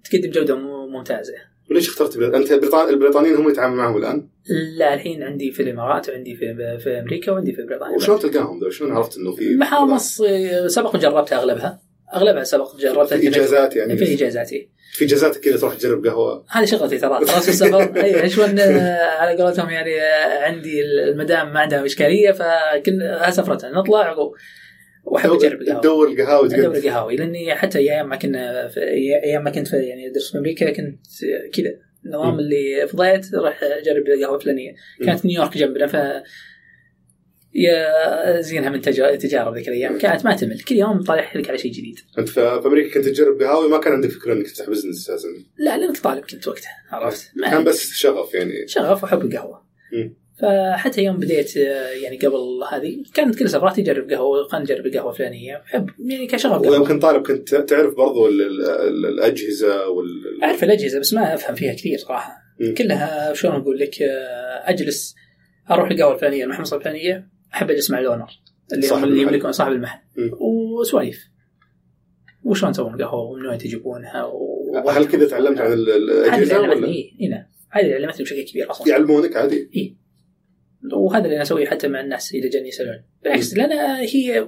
[SPEAKER 2] تقدم جوده مو- ممتازه
[SPEAKER 3] وليش اخترت بل... انت بريطان... البريطانيين هم اللي يتعامل معهم الان
[SPEAKER 2] لا الحين عندي في الامارات وعندي في, في امريكا وعندي في بريطانيا
[SPEAKER 3] وشلون تلقاهم ذول شلون عرفت انه في
[SPEAKER 2] محامص آه، سبق وجربتها اغلبها اغلبها سبق
[SPEAKER 3] في
[SPEAKER 2] جربتها
[SPEAKER 3] اجازات يعني
[SPEAKER 2] في اجازاتي
[SPEAKER 3] في اجازات كذا تروح تجرب قهوه
[SPEAKER 2] هذه شغلتي ترى خلاص السفر اي شو إن، آه، على قولتهم يعني آه، عندي المدام ما عندها اشكاليه فكل سفرتها نطلع و- واحب اجرب القهوه
[SPEAKER 3] تدور القهاوي
[SPEAKER 2] ادور
[SPEAKER 3] تقول
[SPEAKER 2] القهاوي لاني حتى ايام ما كنا في- ايام ما كنت في يعني ادرس في امريكا كنت كذا
[SPEAKER 3] مم.
[SPEAKER 2] النظام اللي فضيت راح اجرب القهوه الفلانيه كانت نيويورك جنبنا ف يا- زينها من تجا- تجارب ذيك الايام كانت ما تمل كل يوم طالع لك على شيء جديد
[SPEAKER 3] انت في في امريكا كنت تجرب قهاوي ما كان عندك فكره انك تفتح بزنس اساسا
[SPEAKER 2] لا لانك طالب كنت وقتها عرفت ما
[SPEAKER 3] كان بس شغف يعني
[SPEAKER 2] شغف وحب القهوه
[SPEAKER 3] مم.
[SPEAKER 2] فحتى يوم بديت آه، يعني قبل هذه كانت كل سفرات اجرب قهوه خلينا نجرب القهوه الفلانيه حب يعني كشغف قهوه
[SPEAKER 3] ويمكن طالب كنت تعرف برضو ال- ال- ال- الاجهزه وال
[SPEAKER 2] اعرف الاجهزه بس ما افهم فيها كثير صراحه
[SPEAKER 3] مم.
[SPEAKER 2] كلها شلون اقول لك آه، اجلس اروح القهوه الفلانيه المحمصه الفلانيه احب اجلس مع الاونر اللي
[SPEAKER 3] صاحب
[SPEAKER 2] هم اللي
[SPEAKER 3] المحل.
[SPEAKER 2] يملكون صاحب المحل
[SPEAKER 3] مم.
[SPEAKER 2] وسواليف وشلون تسوون القهوه ومن وين تجيبونها و...
[SPEAKER 3] هل كذا تعلمت عن ال-
[SPEAKER 2] هذه اللي
[SPEAKER 3] الاجهزه
[SPEAKER 2] علمتني
[SPEAKER 3] ولا
[SPEAKER 2] إيه، إيه نعم هذه اللي علمتني بشكل كبير اصلا
[SPEAKER 3] يعلمونك عادي
[SPEAKER 2] وهذا اللي انا اسويه حتى مع الناس اذا جاني يسالون بالعكس لان هي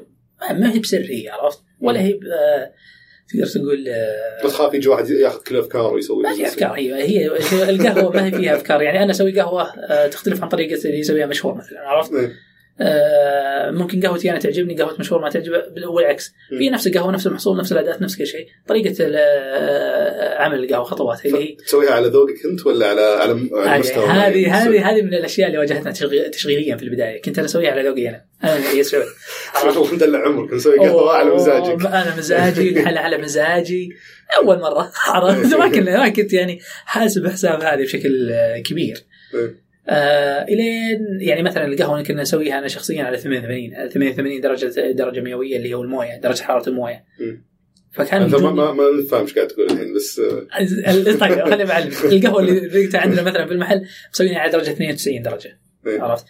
[SPEAKER 2] ما هي بسريه عرفت ولا هي ب- آه، تقدر تقول آه،
[SPEAKER 3] بس خاف يجي واحد ياخذ كل افكار ويسوي
[SPEAKER 2] ما
[SPEAKER 3] بزنس.
[SPEAKER 2] في افكار هي هي القهوه ما هي فيها افكار يعني انا اسوي قهوه آه، تختلف عن طريقه اللي يسويها مشهور مثلا عرفت؟
[SPEAKER 3] إيه.
[SPEAKER 2] آه، ممكن قهوتي انا تعجبني قهوه مشهور ما تعجبه والعكس
[SPEAKER 3] مم.
[SPEAKER 2] هي نفس القهوه نفس المحصول نفس الاداه نفس كل شيء طريقه ال- آه، عمل القهوه خطواتها اللي هي
[SPEAKER 3] تسويها على ذوقك انت ولا على على على
[SPEAKER 2] هذه-
[SPEAKER 3] مستوى
[SPEAKER 2] هذه
[SPEAKER 3] معين؟
[SPEAKER 2] هذه هذه من الاشياء اللي واجهتنا تشغي- تشغيليا في البدايه كنت انا اسويها على ذوقي انا انا يسعود
[SPEAKER 3] على طول مدلع عمرك نسوي قهوه على مزاجك
[SPEAKER 2] أوه، انا مزاجي على على مزاجي اول مره عرفت ما كنت ما كنت يعني حاسب حساب هذه بشكل آه، كبير
[SPEAKER 3] إيه.
[SPEAKER 2] آه الين يعني مثلا القهوه اللي كنا نسويها انا شخصيا على 88 على 88 درجه درجه مئويه اللي هو المويه درجه حراره المويه
[SPEAKER 3] مم.
[SPEAKER 2] فكان
[SPEAKER 3] انت ما
[SPEAKER 2] بدون-
[SPEAKER 3] ما ما نفهم ايش قاعد تقول الحين بس آه،
[SPEAKER 2] ال- ال- طيب خليني بعلمك القهوه اللي ريقتها عندنا مثلا في المحل مسوينها على درجه 92 درجه
[SPEAKER 3] إيه.
[SPEAKER 2] عرفت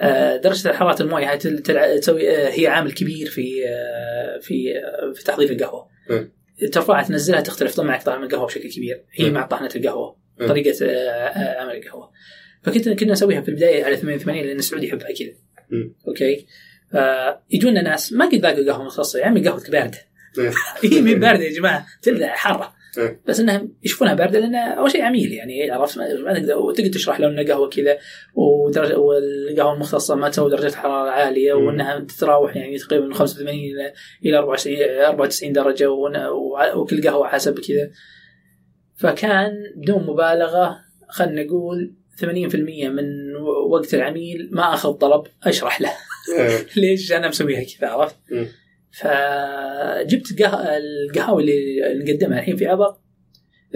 [SPEAKER 2] آه، درجه حراره المويه هاي تل- تلع- تسوي آه، هي عامل كبير في آه، في آه، في تحضير القهوه
[SPEAKER 3] إيه.
[SPEAKER 2] ترفعها تنزلها تختلف طبعا طعم القهوه بشكل كبير هي
[SPEAKER 3] إيه.
[SPEAKER 2] مع طحنه القهوه
[SPEAKER 3] إيه.
[SPEAKER 2] طريقه آه، آه، عمل القهوه فكنت كنا نسويها في البدايه على 88 لان السعودي يحبها كذا
[SPEAKER 3] مم.
[SPEAKER 2] اوكي فيجونا ناس ما قد ذاقوا قهوه مختصه يا عمي قهوتك بارده
[SPEAKER 3] إيه.
[SPEAKER 2] هي من بارده يا جماعه تلذع حاره
[SPEAKER 3] إيه.
[SPEAKER 2] بس انهم يشوفونها بارده لان اول شيء عميل يعني عرفت ما ما تقدر وتقدر تشرح له ان قهوه كذا ودرجه والقهوه المختصه ما تسوي درجه حراره عاليه
[SPEAKER 3] مم.
[SPEAKER 2] وانها تتراوح يعني تقريبا من 85 الى الى 94 94 درجه وأنا- وع- وكل قهوه حسب كذا فكان بدون مبالغه خلينا نقول 80% من و- وقت العميل ما اخذ طلب اشرح له
[SPEAKER 3] إيه.
[SPEAKER 2] ليش انا مسويها كذا عرفت؟
[SPEAKER 3] مم.
[SPEAKER 2] فجبت قه... القهوه اللي نقدمها الحين في عبق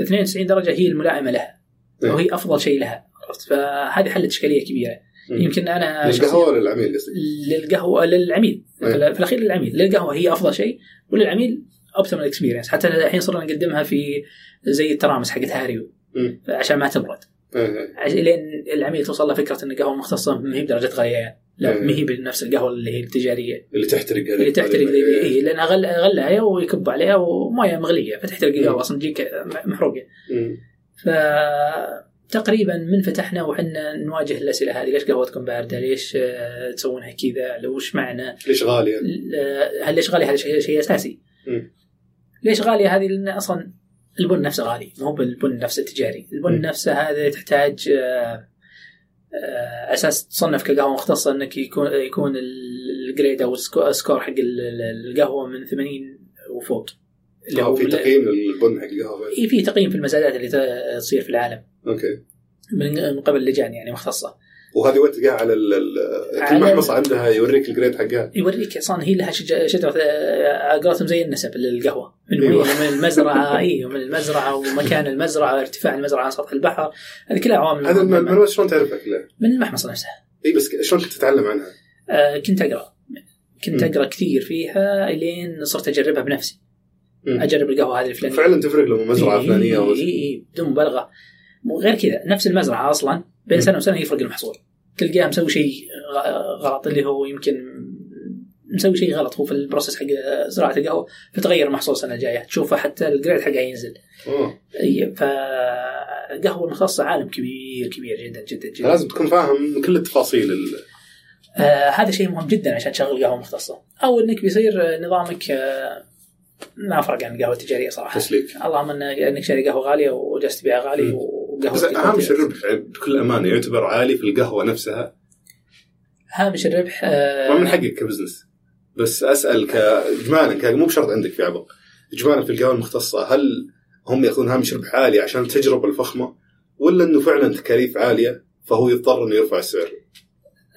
[SPEAKER 2] 92 درجه هي الملائمه لها
[SPEAKER 3] مم.
[SPEAKER 2] وهي افضل شيء لها عرفت؟ فهذه حلت اشكاليه كبيره
[SPEAKER 3] مم.
[SPEAKER 2] يمكن انا شخصياً-
[SPEAKER 3] القهوه ولا العميل قصدي
[SPEAKER 2] للقهوه للعميل
[SPEAKER 3] مم.
[SPEAKER 2] في الأ- في الاخير للعميل للقهوه هي افضل شيء وللعميل اوبتيمال اكسبيرينس حتى الحين صرنا نقدمها في زي الترامس حقت هاريو
[SPEAKER 3] مم.
[SPEAKER 2] عشان ما تبرد
[SPEAKER 3] إيه.
[SPEAKER 2] عش- لين العميل توصل له فكره ان القهوه المختصه ما هي بدرجه غليان لا
[SPEAKER 3] مم.
[SPEAKER 2] ما هي بنفس القهوه اللي هي التجاريه
[SPEAKER 3] اللي تحترق هذيك
[SPEAKER 2] اللي تحترق
[SPEAKER 3] تقريباً.
[SPEAKER 2] ذي
[SPEAKER 3] إيه.
[SPEAKER 2] إيه لانها غل غلايه ويكب عليها ومويه مغليه فتحترق القهوه اصلا تجيك م- محروقه
[SPEAKER 3] مم.
[SPEAKER 2] فتقريبا من فتحنا وحنا نواجه الاسئله هذه ليش قهوتكم بارده؟ ليش آه، تسوونها كذا؟ لو وش معنى؟
[SPEAKER 3] ليش غالي يعني؟
[SPEAKER 2] ل- آه، هل ليش غاليه هذا شيء, شيء اساسي؟
[SPEAKER 3] مم.
[SPEAKER 2] ليش غاليه هذه؟ لان اصلا البن نفسه غالي مو بالبن نفسه التجاري، البن
[SPEAKER 3] مم.
[SPEAKER 2] نفسه هذا تحتاج آه، آه، اساس تصنف كقهوه مختصه انك يكون يكون ال- الجريد او السكو- السكور حق ال- ال- القهوه من 80 وفوق اللي
[SPEAKER 3] آه،
[SPEAKER 2] هو
[SPEAKER 3] في
[SPEAKER 2] من-
[SPEAKER 3] تقييم البن حق القهوه
[SPEAKER 2] إيه، في تقييم في المزادات اللي ت- تصير في العالم
[SPEAKER 3] اوكي
[SPEAKER 2] من من قبل لجان يعني مختصه
[SPEAKER 3] وهذه وثقها على ال- ال-
[SPEAKER 2] على-
[SPEAKER 3] كل محمصه عندها يوريك الجريد حقها
[SPEAKER 2] يوريك اصلا هي لها شج- شجره آه، على قولتهم زي النسب للقهوه من
[SPEAKER 3] أيوة.
[SPEAKER 2] وين؟ من المزرعه اي من المزرعه ومكان المزرعه ارتفاع المزرعه عن سطح البحر هذه كلها عوامل
[SPEAKER 3] هذا الم-
[SPEAKER 2] مهمة.
[SPEAKER 3] المعلومات شلون تعرفها كلها؟
[SPEAKER 2] من المحمصه نفسها
[SPEAKER 3] اي بس ك- شلون كنت تتعلم عنها؟
[SPEAKER 2] آه، كنت اقرا كنت
[SPEAKER 3] مم.
[SPEAKER 2] اقرا كثير فيها لين صرت اجربها بنفسي
[SPEAKER 3] مم.
[SPEAKER 2] اجرب القهوه هذه الفلانيه
[SPEAKER 3] فعلا تفرق لما مزرعه
[SPEAKER 2] إي-
[SPEAKER 3] فلانيه
[SPEAKER 2] اي
[SPEAKER 3] او
[SPEAKER 2] اي إيه، بدون مبالغه مو غير كذا نفس المزرعه اصلا بين
[SPEAKER 3] مم.
[SPEAKER 2] سنه وسنه يفرق المحصول تلقاه مسوي شيء غ- غلط اللي هو يمكن مسوي شيء غلط هو في البروسيس حق زراعه القهوه فتغير المحصول السنه الجايه تشوفه حتى الجريد حقه ينزل
[SPEAKER 3] أوه.
[SPEAKER 2] اي فالقهوه المخصصه عالم كبير كبير جدا جدا جدا
[SPEAKER 3] يعني لازم تكون فاهم كل التفاصيل ال-
[SPEAKER 2] آه هذا شيء مهم جدا عشان تشغل قهوه مختصه او انك بيصير آه، نظامك آه ما فرق عن القهوه التجاريه صراحه
[SPEAKER 3] تسليك.
[SPEAKER 2] اللهم إن- انك شاري قهوه غاليه وجالس تبيعها غالي
[SPEAKER 3] مم.
[SPEAKER 2] وقهوه
[SPEAKER 3] بس اهم شيء الربح يعني بكل امانه يعتبر عالي في القهوه نفسها
[SPEAKER 2] هامش الربح
[SPEAKER 3] ما من
[SPEAKER 2] آه
[SPEAKER 3] حقك كبزنس بس اسال كاجمالا ك- مو بشرط عندك في عبق اجمالا في القهوه المختصه هل هم ياخذون هامش ربح عالي عشان التجربه الفخمه ولا انه فعلا تكاليف عاليه فهو يضطر انه يرفع السعر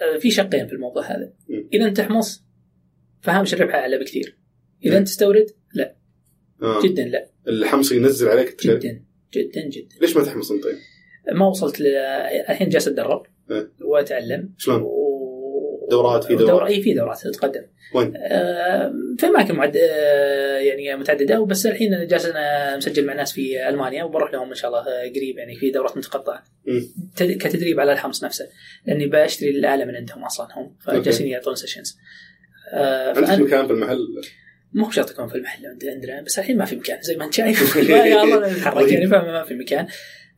[SPEAKER 2] آه، في شقين في الموضوع هذا
[SPEAKER 3] مم.
[SPEAKER 2] اذا انت تحمص فهامش الربح اعلى بكثير اذا انت تستورد لا
[SPEAKER 3] آه.
[SPEAKER 2] جدا لا
[SPEAKER 3] الحمص ينزل عليك الترند
[SPEAKER 2] جدا جدا جدا
[SPEAKER 3] ليش ما تحمص انت طيب؟
[SPEAKER 2] ما وصلت ل... الحين جالس اتدرب
[SPEAKER 3] إيه.
[SPEAKER 2] واتعلم
[SPEAKER 3] شلون؟
[SPEAKER 2] و...
[SPEAKER 3] دورات، في دورات؟
[SPEAKER 2] دور... اي في دورات تتقدم
[SPEAKER 3] وين؟
[SPEAKER 2] آه، في اماكن معد... آه، يعني متعدده وبس الحين انا جالس انا مسجل مع ناس في المانيا وبروح لهم ان شاء الله آه، قريب يعني في دورات متقطعه
[SPEAKER 3] مم.
[SPEAKER 2] تد... كتدريب على الحمص نفسه لاني بشتري الاله من عندهم اصلا هم فجالسين يعطون سيشنز آه،
[SPEAKER 3] عندك
[SPEAKER 2] فأنا
[SPEAKER 3] مكان في المحل
[SPEAKER 2] مو شرط يكون في المحل عند- عندنا بس الحين ما في مكان زي ما انت شايف يا الله نتحرك يعني فما في مكان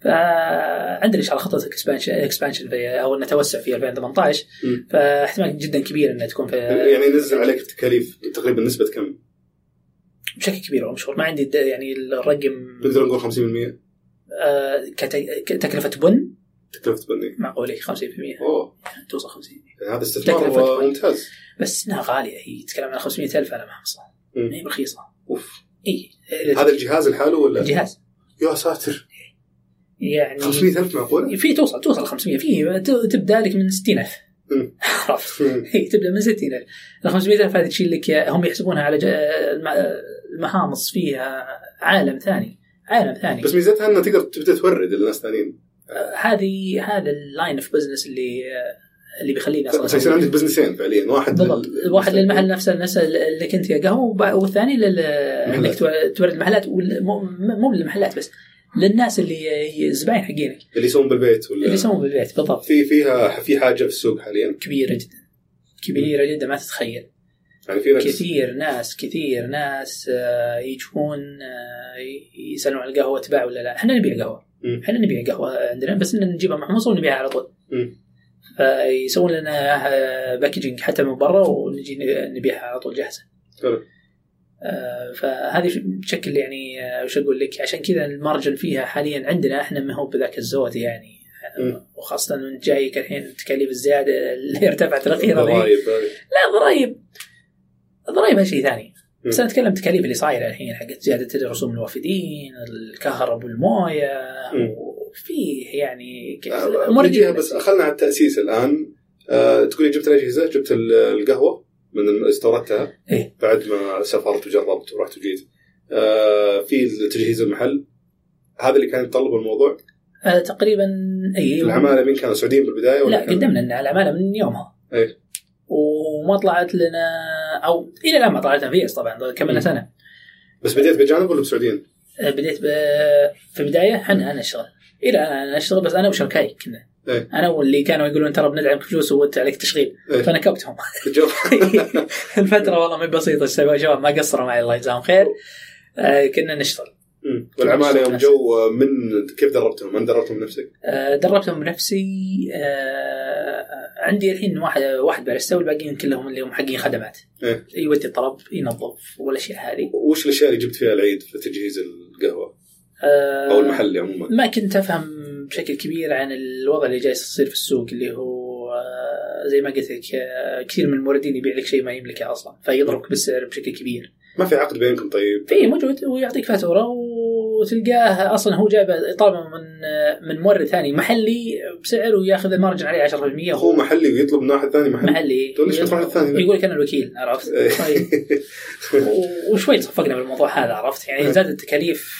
[SPEAKER 2] فعندنا ان شاء الله خطه اكسبانشن اكسبانشن في او ان توسع في 2018
[SPEAKER 3] مم.
[SPEAKER 2] فاحتمال جدا كبير انها تكون في
[SPEAKER 3] يعني ينزل عليك التكاليف تقريبا نسبه كم؟
[SPEAKER 2] بشكل كبير او مشهور ما عندي د- يعني الرقم
[SPEAKER 3] نقدر نقول 50%
[SPEAKER 2] آه، كت- كتكلفه بن
[SPEAKER 3] تكلفه بني
[SPEAKER 2] معقوله 50%
[SPEAKER 3] اوه
[SPEAKER 2] توصل 50
[SPEAKER 3] يعني هذا استثمار
[SPEAKER 2] تكلفة بني.
[SPEAKER 3] ممتاز
[SPEAKER 2] بس انها غاليه هي تتكلم عن 500000 على ما يعني حصل
[SPEAKER 3] مم.
[SPEAKER 2] هي رخيصه
[SPEAKER 3] اوف
[SPEAKER 2] اي
[SPEAKER 3] هذا الجهاز لحاله ولا؟
[SPEAKER 2] الجهاز
[SPEAKER 3] يا ساتر
[SPEAKER 2] يعني
[SPEAKER 3] 500000 معقوله؟
[SPEAKER 2] في توصل توصل 500 في ت- تبدا لك من 60000
[SPEAKER 3] مم.
[SPEAKER 2] عرفت هي تبدا من 60000 ال 500000 هذه تشيل لك هم يحسبونها على ج- الم- المهامص فيها عالم ثاني عالم ثاني
[SPEAKER 3] بس ميزتها انها تقدر تبدا تورد لناس ثانيين
[SPEAKER 2] آه، هذه هذا اللاين اوف بزنس اللي آه، اللي بيخليني اصلا
[SPEAKER 3] فيصير عندك بزنسين فعليا واحد
[SPEAKER 2] بالضبط
[SPEAKER 3] لل-
[SPEAKER 2] واحد للمحل نفسه نفسه اللي كنت يا قهوه وب- والثاني لل انك تو- تورد محلات وال- مو- مو للمحلات بس للناس اللي هي الزباين حقينك
[SPEAKER 3] اللي يسوون بالبيت ولا
[SPEAKER 2] اللي يسوون بالبيت بالضبط
[SPEAKER 3] في فيها في حاجه في السوق حاليا
[SPEAKER 2] كبيره جدا كبيره جدا ما تتخيل
[SPEAKER 3] يعني في ناس
[SPEAKER 2] كثير ناس كثير ناس آه، يجون آه، ي- يسالون على القهوه تباع ولا لا احنا نبيع قهوه
[SPEAKER 3] مم.
[SPEAKER 2] احنا نبيع قهوه عندنا بس إن نجيبها محمصه ونبيعها على طول
[SPEAKER 3] مم.
[SPEAKER 2] فيسوون لنا باكجينج حتى من برا ونجي ن- نبيعها على طول جاهزه
[SPEAKER 3] حلو.
[SPEAKER 2] آه، فهذه ش- تشكل يعني آه، وش اقول لك عشان كذا المارجن فيها حاليا عندنا احنا ما هو بذاك الزود يعني آه،
[SPEAKER 3] مم.
[SPEAKER 2] وخاصه من جايك الحين التكاليف الزياده اللي ارتفعت الاخيره ذي.
[SPEAKER 3] ضرائب هذه.
[SPEAKER 2] لا ضريب ضريب هالشيء ثاني بس
[SPEAKER 3] مم.
[SPEAKER 2] انا اتكلم تكاليف اللي صايره الحين حقت زياده رسوم الوافدين الكهرب والمويه
[SPEAKER 3] مم.
[SPEAKER 2] وفيه يعني ك-
[SPEAKER 3] آه،
[SPEAKER 2] امور
[SPEAKER 3] بنجيها
[SPEAKER 2] جديدة.
[SPEAKER 3] بس خلنا على التاسيس الان آه تقولي جبت الاجهزه جبت ال- القهوه من الم- استوردتها
[SPEAKER 2] إيه.
[SPEAKER 3] بعد ما سافرت وجربت ورحت وجيت آه في تجهيز المحل هذا اللي كان يتطلب الموضوع
[SPEAKER 2] آه تقريبا اي
[SPEAKER 3] العماله مين كانوا سعوديين بالبدايه ولا
[SPEAKER 2] لا
[SPEAKER 3] كانوا؟
[SPEAKER 2] قدمنا لنا العماله من يومها
[SPEAKER 3] إيه.
[SPEAKER 2] وما طلعت لنا او الى الان ما طلعت لنا فيز طبعا
[SPEAKER 3] مم.
[SPEAKER 2] كملنا سنه
[SPEAKER 3] بس بديت بجانب ولا بسعوديين؟
[SPEAKER 2] آه، بديت ب... في البدايه انا انا اشتغل الى الان انا اشتغل بس انا وشركائي كنا
[SPEAKER 3] إيه.
[SPEAKER 2] انا واللي كانوا يقولون ترى بندعمك فلوس وانت عليك تشغيل
[SPEAKER 3] إيه.
[SPEAKER 2] فنكبتهم
[SPEAKER 3] الجو-
[SPEAKER 2] الفترة والله ما بسيطة ايش سووا شباب ما قصروا معي الله يجزاهم خير آه، كنا نشتغل
[SPEAKER 3] مم. والعماله يوم جو آه، من كيف دربتهم؟ من دربتهم نفسك؟
[SPEAKER 2] آه، دربتهم بنفسي آه، عندي الحين واحد واحد باريستا والباقيين كلهم اللي هم حقين خدمات
[SPEAKER 3] إيه.
[SPEAKER 2] يودي الطلب ينظف والاشياء هذه
[SPEAKER 3] وش الاشياء اللي جبت فيها العيد في تجهيز القهوه
[SPEAKER 2] آه،
[SPEAKER 3] او المحل عموما؟
[SPEAKER 2] ما كنت افهم بشكل كبير عن الوضع اللي جالس يصير في السوق اللي هو آه، زي ما قلت لك آه، كثير من الموردين يبيع لك شيء ما يملكه اصلا فيضربك بالسعر بشكل كبير
[SPEAKER 3] ما في عقد بينكم طيب؟
[SPEAKER 2] في موجود ويعطيك فاتوره وتلقاه اصلا هو جايبه طالبه من من مورد ثاني محلي بسعر وياخذ المارجن عليه 10%
[SPEAKER 3] هو محلي ويطلب من واحد ثاني محل
[SPEAKER 2] محلي
[SPEAKER 3] تقول ليش بتروح للثاني ذا؟
[SPEAKER 2] يقول لك انا الوكيل عرفت؟ طيب. و- وشوي صفقنا بالموضوع هذا عرفت؟ يعني زادت التكاليف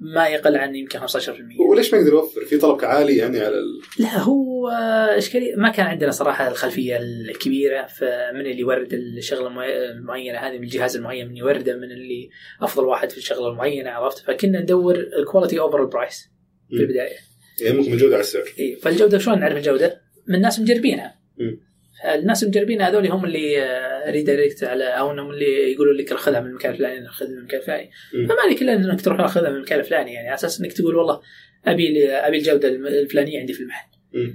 [SPEAKER 2] ما يقل عن يمكن 15%
[SPEAKER 3] وليش ما يقدر يوفر؟ في طلب عالي يعني على ال...
[SPEAKER 2] لا هو آه، اشكاليه ما كان عندنا صراحه الخلفيه الكبيره فمن اللي يورد الشغله المعي- المعينه هذه من الجهاز المعين من يورده من اللي افضل واحد في الشغله المعينه عرفت فكنا ندور الكواليتي اوفر البرايس في
[SPEAKER 3] مم.
[SPEAKER 2] البدايه
[SPEAKER 3] يهمكم الجوده على السعر.
[SPEAKER 2] إيه، فالجوده شلون نعرف الجوده؟ من ناس مجربينها
[SPEAKER 3] مم.
[SPEAKER 2] الناس المجربين هذول هم اللي آه، ريدايركت على او انهم اللي يقولوا لك خذها من المكان الفلاني خذها من المكان الفلاني
[SPEAKER 3] مم.
[SPEAKER 2] فما لك الا انك تروح خذها من المكان الفلاني يعني على اساس انك تقول والله ابي ابي الجوده الم- الفلانيه عندي في المحل
[SPEAKER 3] مم.